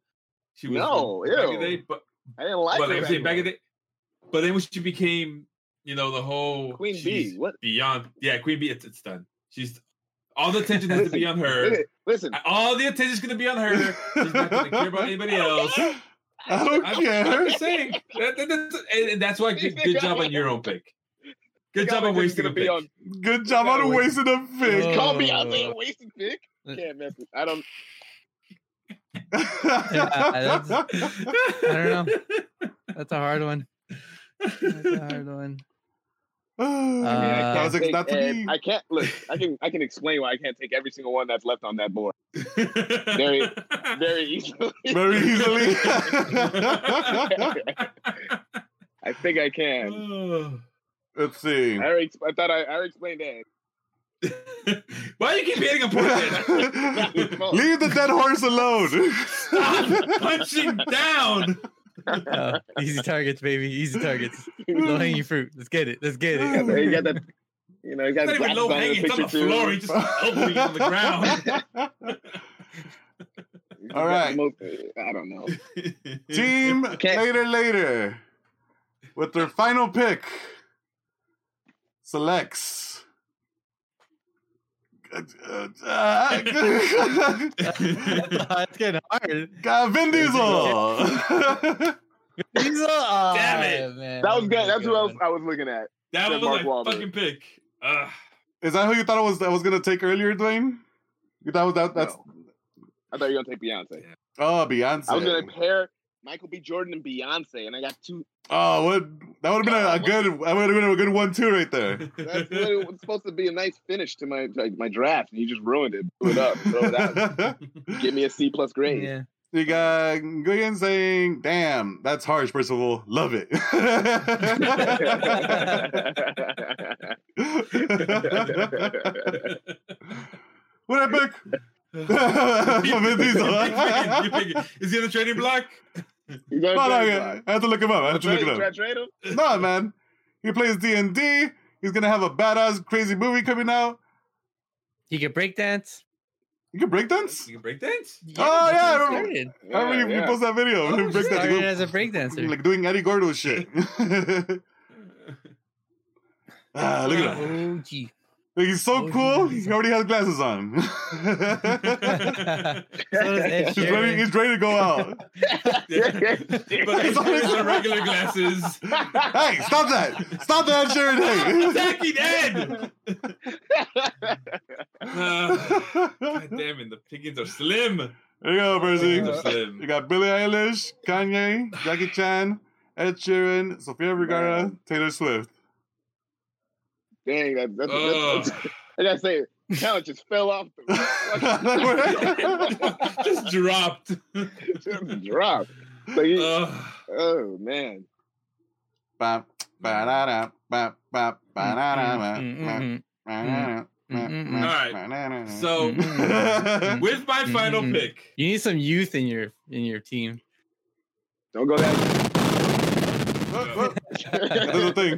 She was
No,
back in the
ew.
day, but
I didn't like
but
her
like I'm
back
saying, back
then.
in the day, but then when she became, you know, the whole
Queen
she's
Bee. What?
beyond yeah, Queen Bee, it's, it's done. She's all the attention has to be on her.
Listen, listen,
All the attention's gonna be on her. She's not gonna care about anybody else.
I don't
I'm, I'm
care.
just saying, That- that- that's- and,
*laughs*
and that's why good, good job on your own pick. Good job
Beyonce's
on wasting a
gonna be
pick.
on-
Good job on
Wait.
wasting a
Oh.
pick. *laughs*
Call Beyonce a wasted pick.
Uh,
Can't mess with. I don't.
Yeah,
*laughs*
don't That's a hard one. That's a hard
*laughs*
one.
I, mean, I
Uh,
can't
That was
take
not to
ev-
me.
I can't look. I can I can explain why I can't take every single one that's left on that
*laughs*
board
Very,
very *laughs* easily.
Very easily.
I think I can.
*sighs* Why
*laughs* Let's see.
I, already, ex- I thought I, I already explained
*laughs*
that.
you keep hitting a point? Then?
*laughs* Leave the dead horse
*laughs*
alone.
Stop punching
*laughs*
down.
Oh, easy targets, baby. Easy targets.
*laughs*
Low hanging fruit. Let's get it. Let's get
Yeah,
it.
but you
*laughs*
got that. You know, you got
It's not even
glasses
low
on in the
hanging. It's
picture, too.
on the floor. He just elbowing on the ground.
You
All
got
right.
the most- I don't know. *laughs*
*laughs*
Team
Okay.
later, later, with their final pick, selects. *laughs* Uh, uh,
That's hard. It's getting hard.
uh, Vin Diesel.
These *laughs* are, oh,
Damn it.
man.
That was
a
good. That's
good
what I was,
one.
I was looking at.
that
Said
was
Mark
my
Wahlberg.
fucking pick. Ugh.
*laughs* Is that who you thought I was? I was gonna take earlier, Dwayne. You thought that that's
I thought you were gonna take Beyonce.
oh Beyonce.
I was gonna pair Michael B. Jordan and Beyonce, and I got two.
Oh, what? That would have been a, a good. That would have been a good one too, right there.
*laughs*
That's really was supposed to be a nice finish to my like, my draft, and you just ruined it. Blew it up. Throw it out.
*laughs*
*laughs*
Give me a C plus grade.
Yeah.
You got Nguyen saying, "Damn, that's harsh, Percival. Love it."
*laughs*
what I
*laughs*
pick? Vin Diesel.
You pick it. Is he on the trading block?
You gonna
*laughs* No, no,
trade
I I have to look him up. I have to
him?
look it
Trade-
up.
trade- trade him?
No, man. He plays D and D. He's gonna have a badass, crazy movie coming out.
He could break dance.
You can breakdance.
You can
*laughs*
break dance.
Oh,
*laughs*
that's
yeah,
where
I
he
remember.
started.
I remember you
Yeah,
you post that video.
Oh,
Breakdance,
shit.
started
like,
as a breakdancer.
like doing Eddie Gordo
*laughs*
shit. *laughs* ah, look at him.
Oh, gee.
Like, he's so
Oh,
cool.
he's-
He already has glasses on.
*laughs*
*laughs*
So does Ed
he's, ready,
*laughs* Sheeran.
he's ready to go
*laughs*
out.
But
*laughs*
it's always the regular glasses.
hey, stop that! Stop that, Sharon!
*laughs*
Hey.
Attacking
*laughs*
Ed. Uh, God damn it, the pickings are slim.
there you go, Percy.
Pickings are slim.
*laughs* You got Billie Eilish, Kanye, Jackie Chan, Ed Sheeran, Sofia Vergara,
Man.
Taylor Swift.
*laughs*
*laughs*
Dang, that, that's,
Ugh.
that's, that's, *laughs* I gotta say, talent just fell off the
*laughs* Just dropped.
just dropped. So you,
Ugh.
oh man,
Bop, ba-da-da, bop, bop,
Mm-hmm,
ba-da-da, bop, bop, ba-da-da, bop,
Mm, mm,
bop,
mm.
Alright,
ba-da-da. *laughs*
so-
mm, mm, mm.
With my final
Mhm.
pick.
You need some youth in your in your team.
don't go that.
*laughs*
Oh, oh, That's the thing.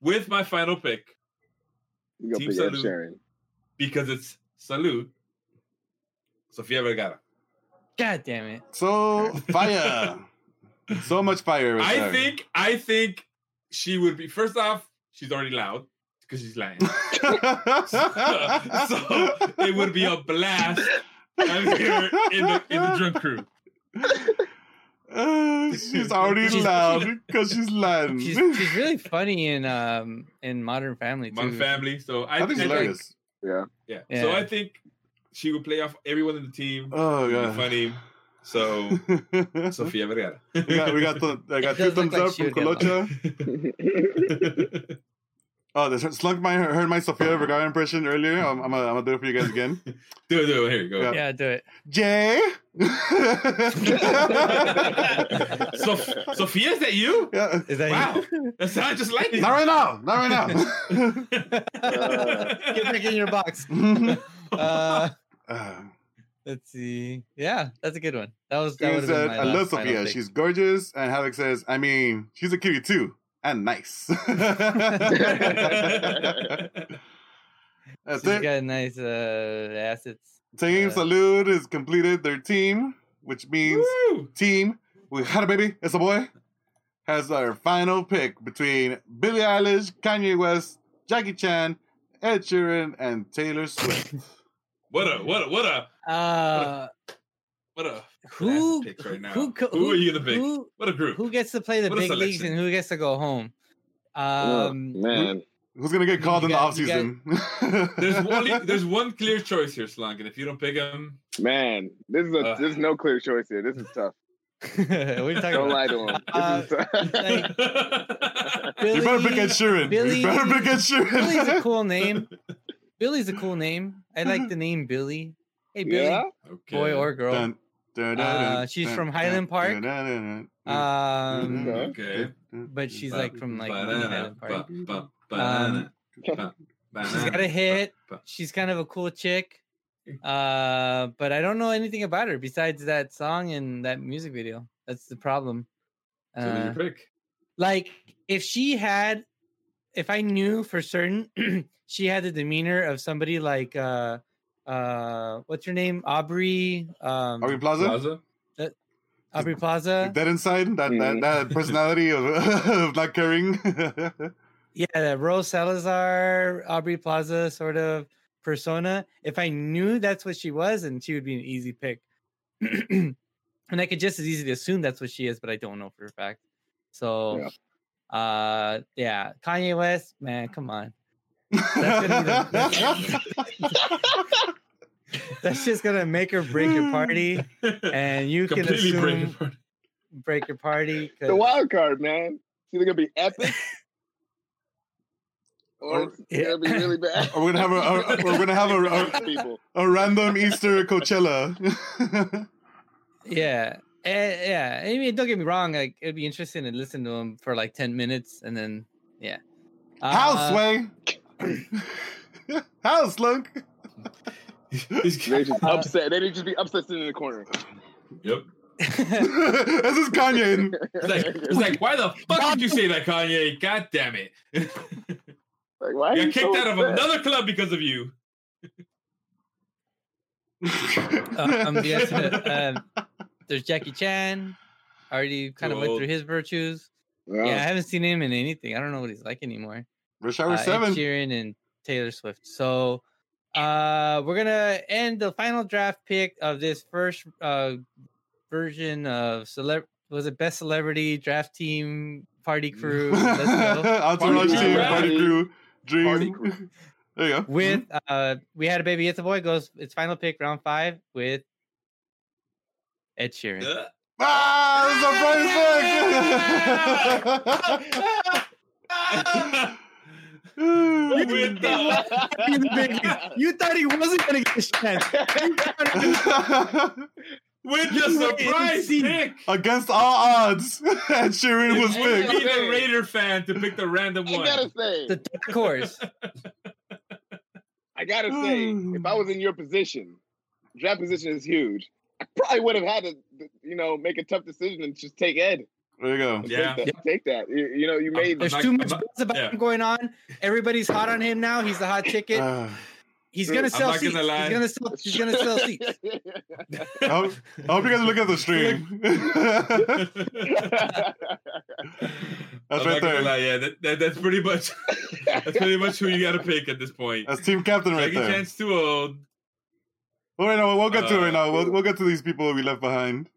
With my final pick,
*laughs* You gonna
Team
pick Ed
Salute.
Sharon?
because it's salute, Sofia Vergara.
God damn it.
So fire. so much fire. right
I
there.
think I think she would be first off, she's already loud because she's
*laughs*
lying. *laughs* so it would *laughs* be a blast. I'm here in the in the drunk crew.
Uh, *laughs* she's already
She's-
*laughs*
loud because she's Latin. *laughs*
She's she's really funny in um in Modern Family too.
my family. So I,
I think it's
I think
hilarious.
yeah.
Yeah.
So I think she would play off everyone in the team.
Oh
She'd be
god.
funny.
*laughs*
So Sofia Vergara.
we got we got the I got two
It does look
thumbs up
like she
from
would get
Colocha.
the
*laughs* Oh, this slunk my heard my Sofia Vergara impression earlier. I'm I'm gonna I'm gonna do it for you guys again.
*laughs*
*laughs*
do it, do it. Here you go.
Yeah.
Yeah, do it.
Jay. *laughs*
*laughs* Sof- Sophia, is that you?
yeah.
Is that
Wow,
you?
that sounds just like you.
Not right now. Not right now.
*laughs* Get
*laughs*
back in
*laughs*
your box.
Mhm.
Uh,
*laughs* Uh,
let's see. Yeah, that's a good one. That was that
Ian
was
said,
my
I
last
love
final
Sophia.
pick.
She's gorgeous. And Havoc says, I mean, she's a cutie too. And nice. *laughs* That's
She's
it.
got nice uh assets.
Team
uh,
Salud has completed their team, which means
Woo!
team we had a baby, it's a boy, has our final pick between Billie Eilish, Kanye West, Jackie Chan, Ed Sheeran, and Taylor
*laughs*
Swift.
What a what a what a
Uh
what a
who
picks right now.
who co-
Who are you gonna pick?
Who,
what a group.
who gets to play the
What a
big leagues
selection.
and who gets to go home?
Oh,
Um
*laughs* man.
Who's gonna get called
You
in
got-
the
you got-
*laughs* offseason?
*laughs*
There's only there's one clear choice here, Slunk, and if you don't pick him,
Man, this is a
Uh.
there's no clear choice here. This is tough.
*laughs* what are you talking
Don't
about?
lie to him.
Uh,
This is tough.
*laughs*
Like,
you better pick Ed
Billy-
Sheeran.
Billy-
you better pick Ed
Billy's a
Sheeran.
cool
*laughs*
name. Billy's a cool name. I like the name Billy. *laughs* Hey Billy,
yeah.
okay.
boy or girl.
Dun, dun, dun, dun,
Uh, she's
dun,
from
dun, dun,
Highland Park.
dun, dun, dun,
Um,
Mm-hmm.
dun,
Okay.
dun,
but she's like from like
Banana,
Highland Park.
ba- ba- banana,
Um,
ba-
She's *laughs* got
banana,
a hit.
ba-
She's kind of a cool chick. Uh, but I don't know anything about her besides that song and that music video. That's the problem.
ba- So who's your
Uh,
pick?
like if she had if i knew for certain *clears throat* she had the demeanor of somebody like uh uh what's her name aubrey um
Are we
aubrey,
Plaza?
Plaza?
plaza
Dead inside? That, that,
Mm.
that personality of, *laughs* of not *laughs* caring?
yeah that rose salazar aubrey plaza sort of persona if i knew that's what she was and she would be an easy pick *clears throat* and i could just as easily assume that's what she is but i don't know for a fact so uh yeah kanye west man come on *laughs* gonna
*laughs*
be that's just gonna make or break your party
*laughs*
and you can
Completely
assume break,
break apart.
your party. 'cause-
The wild card, man. It's either gonna be epic or it's
Yeah.
gonna be *laughs* really bad.
Or we're gonna have a- or- or we're gonna have a- a-
people.
a random Easter Coachella. *laughs*
yeah, Eh, yeah. I mean, don't get me wrong. Like, it'd be interesting to listen to him for like ten minutes, and then yeah.
How
Uh,
*laughs* sway? How slunk?
*laughs* He's-
*laughs* They just upset. They just be upset sitting in the corner. *laughs*
yep.
*laughs*
*laughs*
this is Kanye.
It's like, it's like, why the fuck did you say that, Kanye? God damn it!
Like, why? are
I
you
got kicked
so
out of
upset?
another club because of you.
uh,
*laughs*
um, you guys gonna- um, there's Jackie Chan. Already kind of went
old.
through his virtues. Yeah, I
Yeah.
haven't seen him in anything. I don't know what he's like anymore.
Rush Hour
uh, Ed
Seven.
Sheeran and Taylor Swift. So uh, we're gonna end the final draft pick of this first uh, version of celeb. Was it best celebrity draft team party
*laughs*
crew? Let's go.
Entourage
Party
team,
crew.
party crew, dream.
Party
*laughs*
crew.
There you go.
With uh, we had a baby. It's a boy. Goes its final pick round five with Ed Sheeran.
Uh,
Mm-hmm. ah, surprise
you
pick.
win the-
*laughs*
You thought he wasn't gonna get a chance.
with
*laughs*
the
You wouldn't
surprise
see.
pick.
*laughs* Against all odds, *laughs* Ed Sheeran was
You would
picked.
be the Raider fan to pick the random
I
one. *laughs*
gotta *laughs* say,
The dark horse.
I gotta say, if I was in your position, draft position is huge. I probably would have had to, you know, make a tough decision and just take Ed.
There you go.
Yeah.
Take that. Take that. You, you know, you made.
*laughs*
There's
not-
too
I'm
much
not-
buzz about
yeah.
him going on. Everybody's hot on him now. He's the hot ticket.
Ah.
He's
Mm,
gonna
I'm
sell
not gonna
seats.
lie.
He's gonna sell. He's gonna sell seats. *laughs*
I hope, I hope you guys look at the stream.
that's
right there.
yeah, that, that, that's pretty much *laughs* that's pretty much who you gotta pick at this point.
That's team captain right
Jackie
there.
Chan's too old.
Well, right now we'll get to it right
Uh,
now. We'll, we'll get to these people we left behind.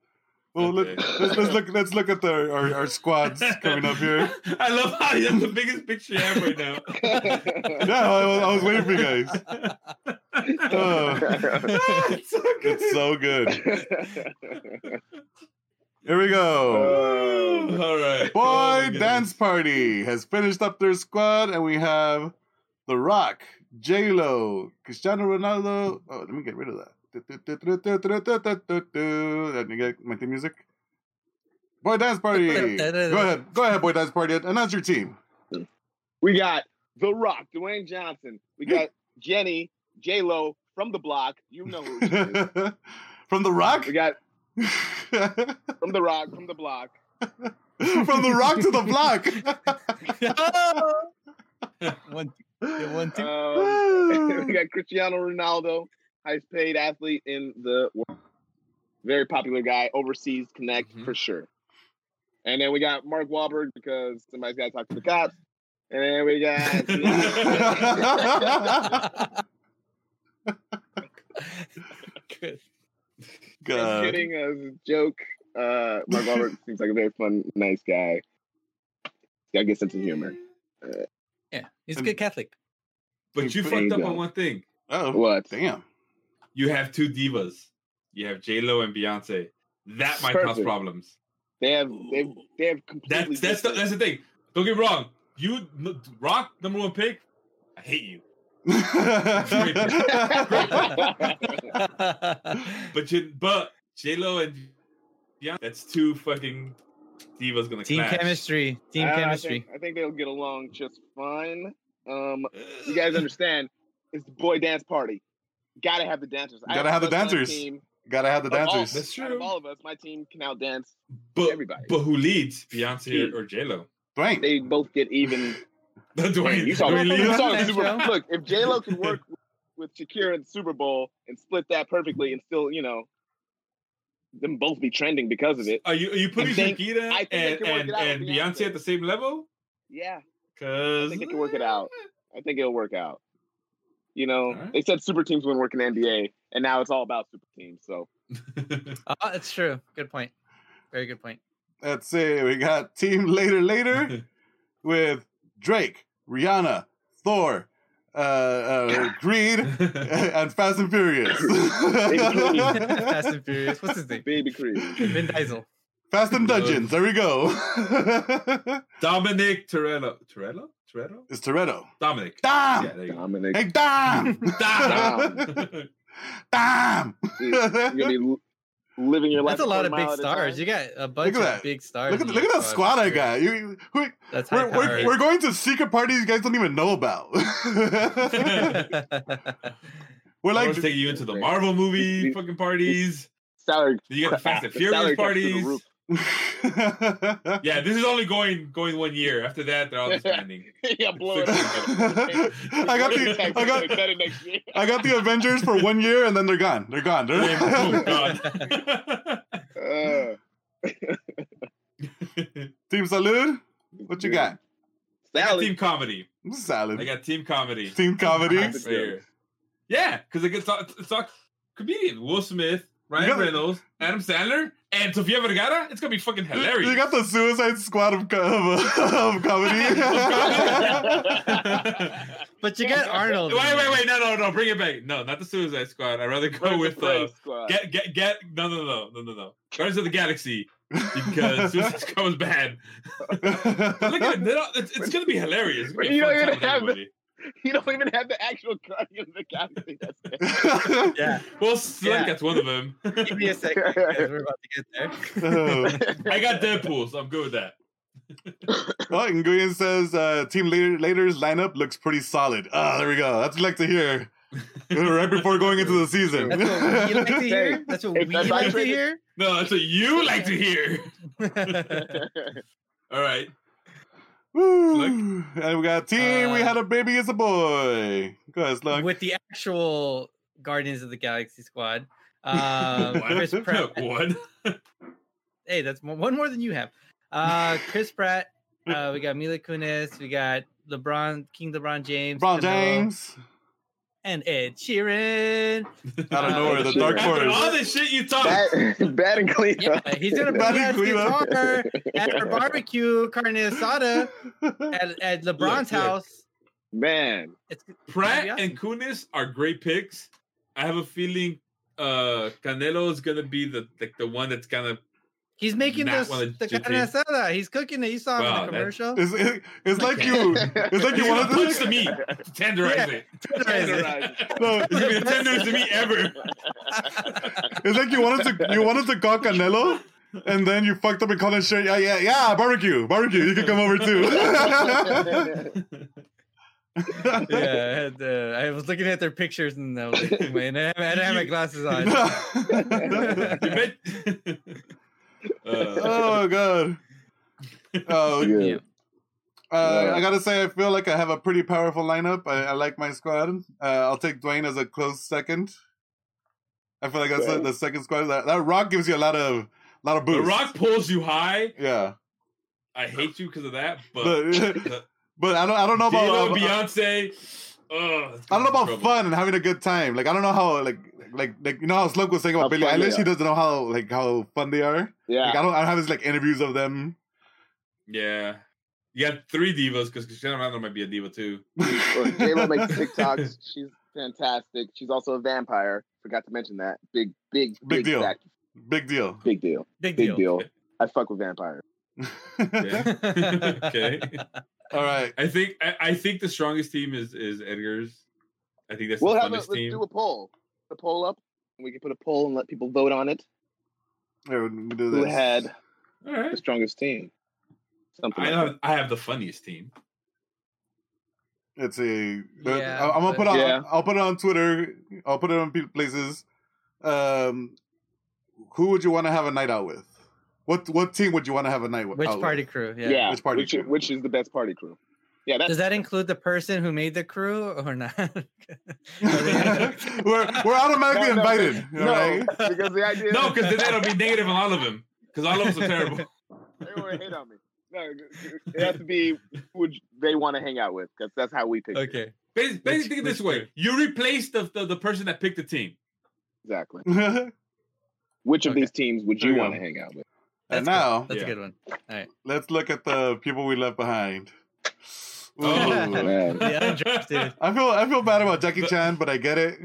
Well, let,
Okay.
let's, let's look. Let's look at the, our our
*laughs*
squads coming up here.
I love how you have the biggest picture you have
*laughs*
right now. *laughs*
Yeah, I was, I was waiting for you guys.
*laughs*
Uh,
Oh. it's so good.
It's so good. *laughs* Here we
Uh,
go.
Ooh, all right.
uh, Boy
Oh my
Dance Party has finished up their squad, and we have The Rock, J Lo, Cristiano Ronaldo. Oh, let me get rid of that. Let me get my theme music. Boy Dance Party. go ahead. Go ahead, Boy Dance Party. Announce your team. *laughs*
we got The Rock, Dwayne Johnson. We got Jenny, J Lo from the block. You know who she
*laughs*
is.
From The Rock?
We got
*laughs* From
from the rock, from the block.
The Rock to the Block.
One, yeah,
*laughs*
one,
*laughs*
two.
Um, *laughs* we got Cristiano Ronaldo, highest paid athlete in the world. Very popular guy, overseas connect
Mhm.
for sure. And then we got Mark Wahlberg because somebody's got to talk to the cops. And then we got
Good.
I'm
God.
kidding as a joke. Uh, Mark
*laughs*
Wahlberg seems like a very fun, nice guy. Got good sense of humor.
yeah, he's a good Catholic.
But you
There
fucked
you
up
go.
on one thing.
Oh,
What?
damn.
You have two divas. You have J Lo and Beyonce. That might cause
Perfect.
problems.
They have they have, they have completely.
That's that's the, that's the thing. Don't get me wrong. You n- Rock number one pick. I hate you,
*laughs*
*laughs*
different-
but you but J Lo and Beyonce. That's two fucking divas gonna
Team
clash.
chemistry. Team
I- I
chemistry.
think- I think they'll get along just fine. Um, you guys understand it's the boy dance party. Gotta have the dancers. I
Gotta have the
trust my
dancers.
Team,
Gotta have the
Of all-
dancers.
That's
out
true.
of all of us, my team can out dance
But
everybody.
but who leads Beyonce or, or J *laughs* Lo?
Dwayne.
They both get even.
*laughs*
Dwayne,
you saw,
Dwayne
you
leads.
saw the
That
Super Bowl.
show.
Look, if J Lo can work with Shakira in the Super Bowl and split that perfectly, and still, you know, them both be trending because of it.
Are you are you putting
I think-
Shakira
I think I
and
can work
and,
it out
and
with
Beyonce
Beyonce.
at the same level?
Yeah,
Cause
I think they can work it out. I think it'll work out. You know,
Alright.
they said super teams wouldn't work in the NBA, and now it's all about super teams. So
Ah, that's true. Good point. Very good *laughs* point.
Let's see. We got Team Later Later
*laughs*
with Drake, Rihanna, Thor, uh, uh,
*laughs*
Greed, and Fast and Furious.
Fast and Furious. What's his *laughs* name?
*laughs*
baby cream.
Vin Diesel.
Fast and Dungeons. There we go. *laughs*
Dominic Torello. Torello? Torello?
it's Toretto.
Dominic.
Damn.
Yeah, there you
*laughs*
go.
Dominic
Hey, damn.
Dom.
*laughs* damn. *laughs*
is you're gonna be li- living your life.
That's a lot
one
of
mile
big
at a
stars.
time.
You got a
at
bunch of
that.
big stars.
Look at,
in
look
your
at that squad I
for sure.
got. You, you- who,
That's high
we're, we're,
powered.
we're going to secret parties you guys don't even know about. *laughs*
*laughs* power.
we're
like
like,
taking you into the Marvel movie fucking parties.
*laughs* salary. *laughs*
Then you got the Fast and
the
Furious
salary caps through the
parties.
roof.
Yeah, this is only going going one year. After that, they're
*laughs*
all disbanding.
yeah, blow it. up.
I got
*laughs*
the I
Taxes,
got
cut it next year.
I got the Avengers for one year and then they're gone. They're gone.
Oh,
They're
God.
Uh,
*laughs* Team Salud, *laughs* what you got?
I got
Salary.
team comedy. I
Salad.
got team comedy.
Team comedy.
Right here. Yeah, because it gets it's all comedian Will Smith, Ryan
You got-
Reynolds, Adam Sandler, and Sofia Vergara. It's gonna be fucking *laughs* hilarious.
You got the Suicide Squad of, co- of, of comedy.
*laughs*
*laughs*
but you got Arnold.
wait,
in
wait,
there.
wait! No, no, no! Bring it back. No, not the Suicide Squad. I'd rather go with uh,
Praise squad. *laughs*
get, get, get. No, no, no, no, no, no. Guardians of the Galaxy *laughs*
*laughs*
*laughs*
because Suicide Squad was bad. But look at it. they're all- It's, it's gonna be hilarious. It's gonna be
You
a fun
don't even
time
have
with everybody.
you don't even have the actual Guardians of the Galaxy. That's
Yeah.
Well, Slick,
Yeah.
that's one of them.
*laughs* Give me a second. *laughs* guys. We're about to get there.
Oh.
I got Deadpool, so I'm good with that.
Well, Oh, Nguyen says uh, Team Later Later's lineup looks pretty solid. Ah, there we go. That's what we like to *laughs* hear right before going into the season.
That's what we like
*laughs*
to
Hey,
hear. That's what we
if that's
like to
right-
hear.
No, that's
*laughs*
what you like to hear. All right.
Woo. And we got team. we
Uh,
had a baby. It's a boy. Go ahead,
*laughs*
Slug.
With the actual Guardians of the Galaxy squad. *laughs* Um,
*laughs*
Chris Pratt.
One.
Hey, that's mo- one more than you have. Uh, Chris Pratt. Uh, we got Mila Kunis. We got LeBron, King LeBron James.
Brown
Canelo,
James.
and Ed Sheeran.
Out of
Uh,
nowhere,
Ed
the
Sheeran.
Dark
After all
Forest.
the shit you
*laughs*
talk.
Bad, bad and clean.
Yeah, Uh, he's *laughs* gonna
Bad
bring out his
Guido.
guitar *laughs* at her barbecue carne asada at, at LeBron's
Look, look.
house.
Man,
It's
Pratt
That'd be
and Kunis are great picks. I have a feeling uh Canelo is gonna be the like the one that's gonna
He's making
Not
this
one of
the
the
carne asada. He's cooking it. You saw him
Wow,
in the
that- *laughs*
*laughs*
commercial.
It's, it- it's like you. It's like
he's
you
gonna
wanted
punch
to.
the meat, tenderize
Yeah,
it. *laughs*
tenderize
No,
It's gonna be the tenderest meat
*laughs*
ever.
it's like you wanted to. You wanted to call Canelo, and then you fucked up and called him straight. Yeah, yeah, yeah. Barbecue, barbecue. You can come over too.
*laughs* *laughs*
*laughs*
yeah, I, had, uh, I was looking at their pictures and I, was like, man, I, had, I had my glasses *laughs* on.
*laughs*
You bet. *laughs* Uh,
oh god. *laughs* Oh,
Yeah.
Uh,
Yeah.
I gotta say, I feel like I have a pretty powerful lineup. I, I like my squad. Uh, I'll take Dwayne as a close second. I feel like that's the,
Okay.
the second squad. That, that Rock gives you a lot of lot of boost.
the Rock pulls you high.
yeah.
I hate you because of that, but
But, *laughs* but I don't I don't know about
Dilo, Beyonce. Oh,
I don't know about fun and having a good time. Like I don't know how like like like you know how Slug was saying about
How
Billie
fun they
Eilish. He
are.
doesn't know how like how fun they are. Like I
yeah.
don't I don't have his like interviews of them.
Yeah, you got three divas because Cristiano Ronaldo might be a
*laughs*
diva too.
Look, J-Lo makes TikToks. She's fantastic. She's also a vampire. Forgot to mention that. Big, big,
Big deal.
fact.
*laughs* Big deal.
Big deal.
Big
Big
deal. *laughs*
deal. I fuck with vampires.
Yeah. Okay.
*laughs* All right.
I think I, I think the strongest team is is Edgar's. I think that's
We'll
the
have a,
funnest
let's
team.
do a poll. A poll up, and we can put a poll and let people vote on it.
Here, we can do
Who
this.
had
All right.
the strongest team? Something.
I
Like
have I have the funniest team.
Let's see. The-
Yeah,
I, am gonna
but-
put it on.
Yeah.
I'll put it on Twitter. I'll put it on pe- places. Um, who would you want to have a night out with? What what team would you want to have a night with?
Which
out *laughs*
party
With?
crew?
that.
Yeah.
Yeah.
Which party
Which,
crew?
which is the best party crew? Yeah, that's
Does that include the person who made the crew or not?
*laughs*
*laughs*
we're we're automatically
No, no,
invited.
No,
alright?
*laughs* because the idea.
No, because then that'll be negative on all of them. Because all of us are terrible.
everyone would hate on me. No, it has to be who would they want to hang out with because that's how we pick. it.
okay.
Bas- Basically, think of
That's
this way:
fair.
you replace the, the the person that picked the team.
Exactly.
*laughs* and
Which of
Okay.
these teams would
There
you
you
want to
go.
hang out with?
That's
now
That's
Yeah.
a good
*laughs*
one.
let's look at the people we left behind. Ooh.
Oh,
Man.
The undrafted.
I feel I feel bad about Jackie
But-
Chan, but I get it.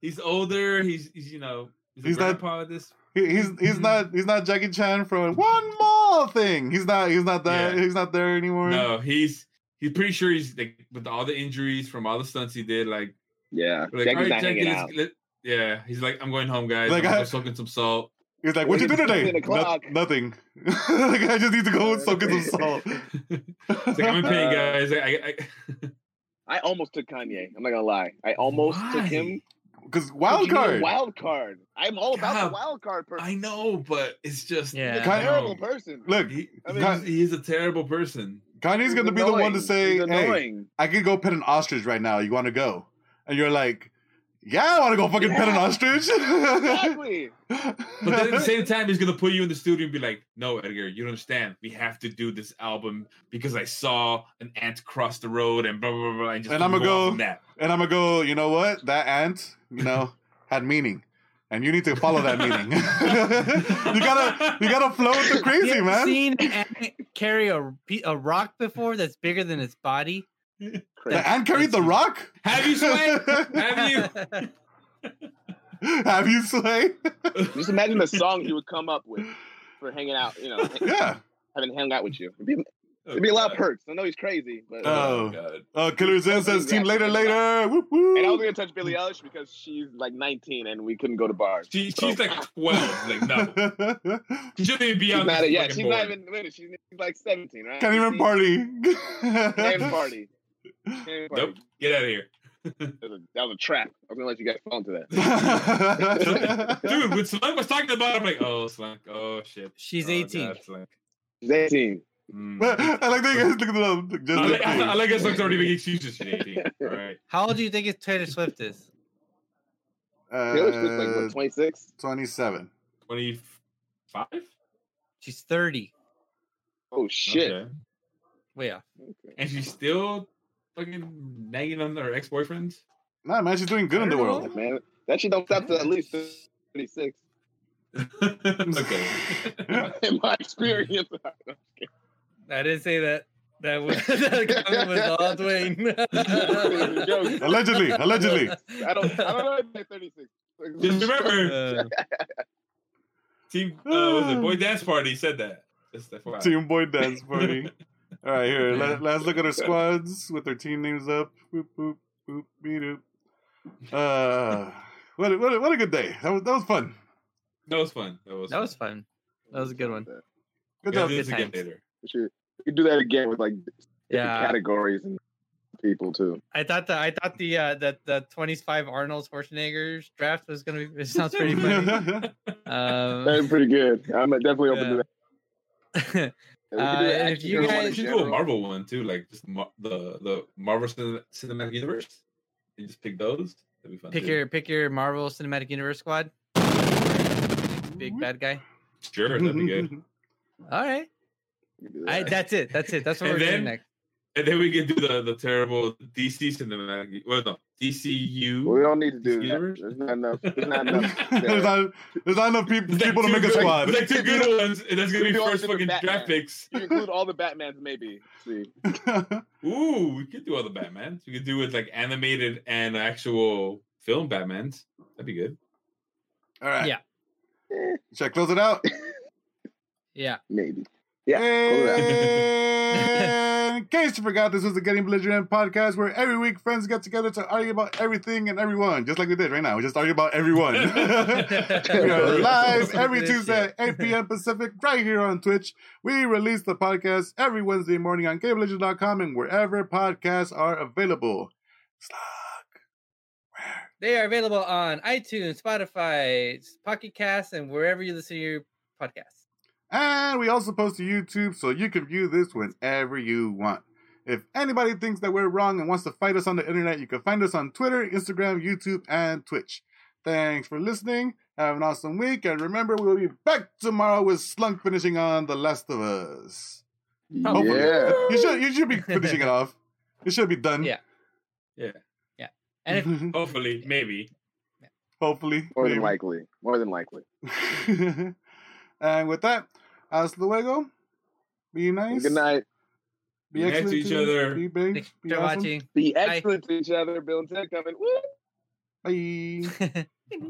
He's older. He's he's you know he's,
He's
a
not-
grandpa at this.
He, he's he's
Mm-hmm.
not he's not Jackie Chan from one more thing. He's not he's not that
Yeah.
he's not there anymore.
No, he's he's pretty sure he's like with all the injuries from all the stunts he did. Like,
Yeah,
like all
Jackie's
right,
not
Jackie,
hanging
let's,
out.
let- yeah. He's like, I'm going home, guys.
Like,
I'm
I-
I, soaking
*laughs*
some salt.
He's like,
Well,
"What'd you do
he's
today?"
10 o'clock.
"No- nothing. *laughs* like, I just need to go soak in some salt.
*laughs* It's like I'm in pain,
Uh,
guys. I, I,
I almost took Kanye. I'm not gonna lie. I almost took him.
Because wild
You need a
card.
Wild card. I'm all about
God,
the wild card
I,
person.
I know, but it's just
Yeah.
He's a
Kanye-
terrible
No.
person.
Look,
He,
I mean,
he's, he's a terrible person.
Kanye's gonna be the one to
annoying.
say,
He's
"Hey,
annoying.
I could go pet an ostrich right now. You want to go?" And you're like, "Yeah, I want to go fucking pet an
Yeah.
ostrich." *laughs*
exactly.
But then at the same time, he's gonna put you in the studio and be like, "No, Edgar, you don't understand. We have to do this album because I saw an ant cross the road and blah blah blah." blah," And, just
And I'ma
off
go-
on that.
and I'm gonna go. You know what? That ant, you know, had meaning, and you need to follow that meaning. you gotta, you gotta flow with the
You
crazy,
ever
man.
seen an ant carry a, pe- a rock before that's bigger than its body?
the ant carried the rock.
Have you sweat? Have you?
*laughs* Have you slay?
Just imagine the song he would come up with for hanging out. You know,
Yeah.
having hung out with you. It'd be, *laughs* it'd be a
*laughs*
lot of perks. I know he's crazy, but
Oh.
God.
Uh, Killer Zen says team later, later. Whoop,
And I
*laughs*
was
whoop.
gonna touch Billie Eilish because she's like 19 and we couldn't go to bars.
She,
So-
she's like twelve. Like
*laughs*
no, she shouldn't even be
she's
on.
not.
this
Yeah,
fucking
she's
board.
not even. Wait, she's, she's like 17, right?
Can't even party.
Can't even
*laughs*
party. Can't even party.
Nope. Get out of here,
That, was a, that was a trap. I was gonna let you guys fall into that.
dude. When Slunk was talking about, it, I'm like, "Oh, Slunk. Oh shit.
*laughs* She's
Oh,
18.
God, Slunk.
She's 18.
*laughs*
Mm.
I like that you guys looking it up. Just
I like,
like
I,
me.
like that Slunk's already making excuses. She's
*laughs*
18. All right.
How old do you think is Taylor Swift is?
Taylor Swift like what,
Uh,
26.
27.
25?
She's 30.
Oh shit.
Okay.
Way off.
And she's still fucking nagging on her ex boyfriends?
Nah, man, she's doing good in the world.
Man, that shit don't stop to at least 36.
*laughs* okay.
*laughs* In my experience,
I didn't say that. That
*laughs*
was, that comment was
*laughs*
all Dwayne.
*laughs*
Jokes.
Allegedly,
*laughs*
allegedly.
I don't, I
*laughs*
don't know if it's 36. *laughs*
Just
*laughs*
remember,
Uh,
team uh, what was it boy dance party said that. Just FYI.
Team boy dance party. All right, here. Let, us look at our squads with their team names up. Boop boop boop beep doop. Uh, what a, what a, what a good day. That was that was fun.
That was fun. That was.
That
fun.
was fun. That was a good one.
Good
Yeah,
job.
do this
Good
again
times.
later.
We should we could do that again with like different
yeah,
categories and people too.
I thought the I thought the uh, that the 25 Arnold Schwarzenegger's draft was gonna be. It sounds
*laughs*
pretty funny.
*laughs*
Uh,
That'd be
Um,
pretty good. I'm definitely open
Yeah.
to that.
Um, *laughs*
And we could
Uh,
do an
and if
action
you
hero
guys-
one
We
in
should do a
general.
Marvel one too, like just mar- the the Marvel Cin- Cinematic Universe. You just pick those. That'd be fun.
pick
too.
your pick your Marvel Cinematic Universe squad. Big
Mm-hmm.
bad guy.
sure. That'd
*laughs*
be good.
All right,
We could do
I,
that.
that's it. That's it. That's what
And
we're
then-
doing next.
And then we can do the the terrible DC Cinematic. Well, no, DCU.
we don't need to do that.
Universe?
There's not enough.
*laughs*
There's not enough.
there's, not, there's not enough peop-
There's like
people to
two
make a
good-
squad.
there's like two good ones, and that's gonna be
We do all
first
different
fucking
Batman.
draft picks.
You include all the Batmans, maybe. See,
Ooh, we could do all the Batmans. We could do it like animated and actual film Batmans. That'd be good.
*laughs*
*laughs*
All right.
Yeah.
Should I close it out?
Yeah.
maybe. Yeah, close it out.
And *laughs* in case you forgot, this was the Getting Belligerent podcast where every week friends get together to argue about everything and everyone, just like we did right now. We just argue about
*laughs*
everyone. *laughs* we are live every Tuesday at 8 p.m. Pacific right here on Twitch. We release the podcast every Wednesday morning on GameLegend.com and wherever podcasts are available.
They are available on iTunes, Spotify, Pocket Cast, and wherever you listen to your podcast.
And we also post to YouTube so you can view this whenever you want. If anybody thinks that we're wrong and wants to fight us on the internet, you can find us on Twitter, Instagram, YouTube, and Twitch. Thanks for listening. Have an awesome week. And remember, we will be back tomorrow with Slunk finishing on The Last of Us.
Oh,
Hopefully.
Yeah.
You should, you
*laughs*
should be finishing it off. It should be done.
Yeah. And
*laughs*
if
Hopefully, maybe.
Hopefully.
More than
maybe.
likely. More than likely.
*laughs* and with that, hasta luego. Be nice.
Good night.
Be
Be nice to
excellent
each other.
Be big.
thanks
be
for
awesome.
watching.
Be
Bye. *laughs*
excellent to each other. Bill and Ted coming. Woo!
Bye.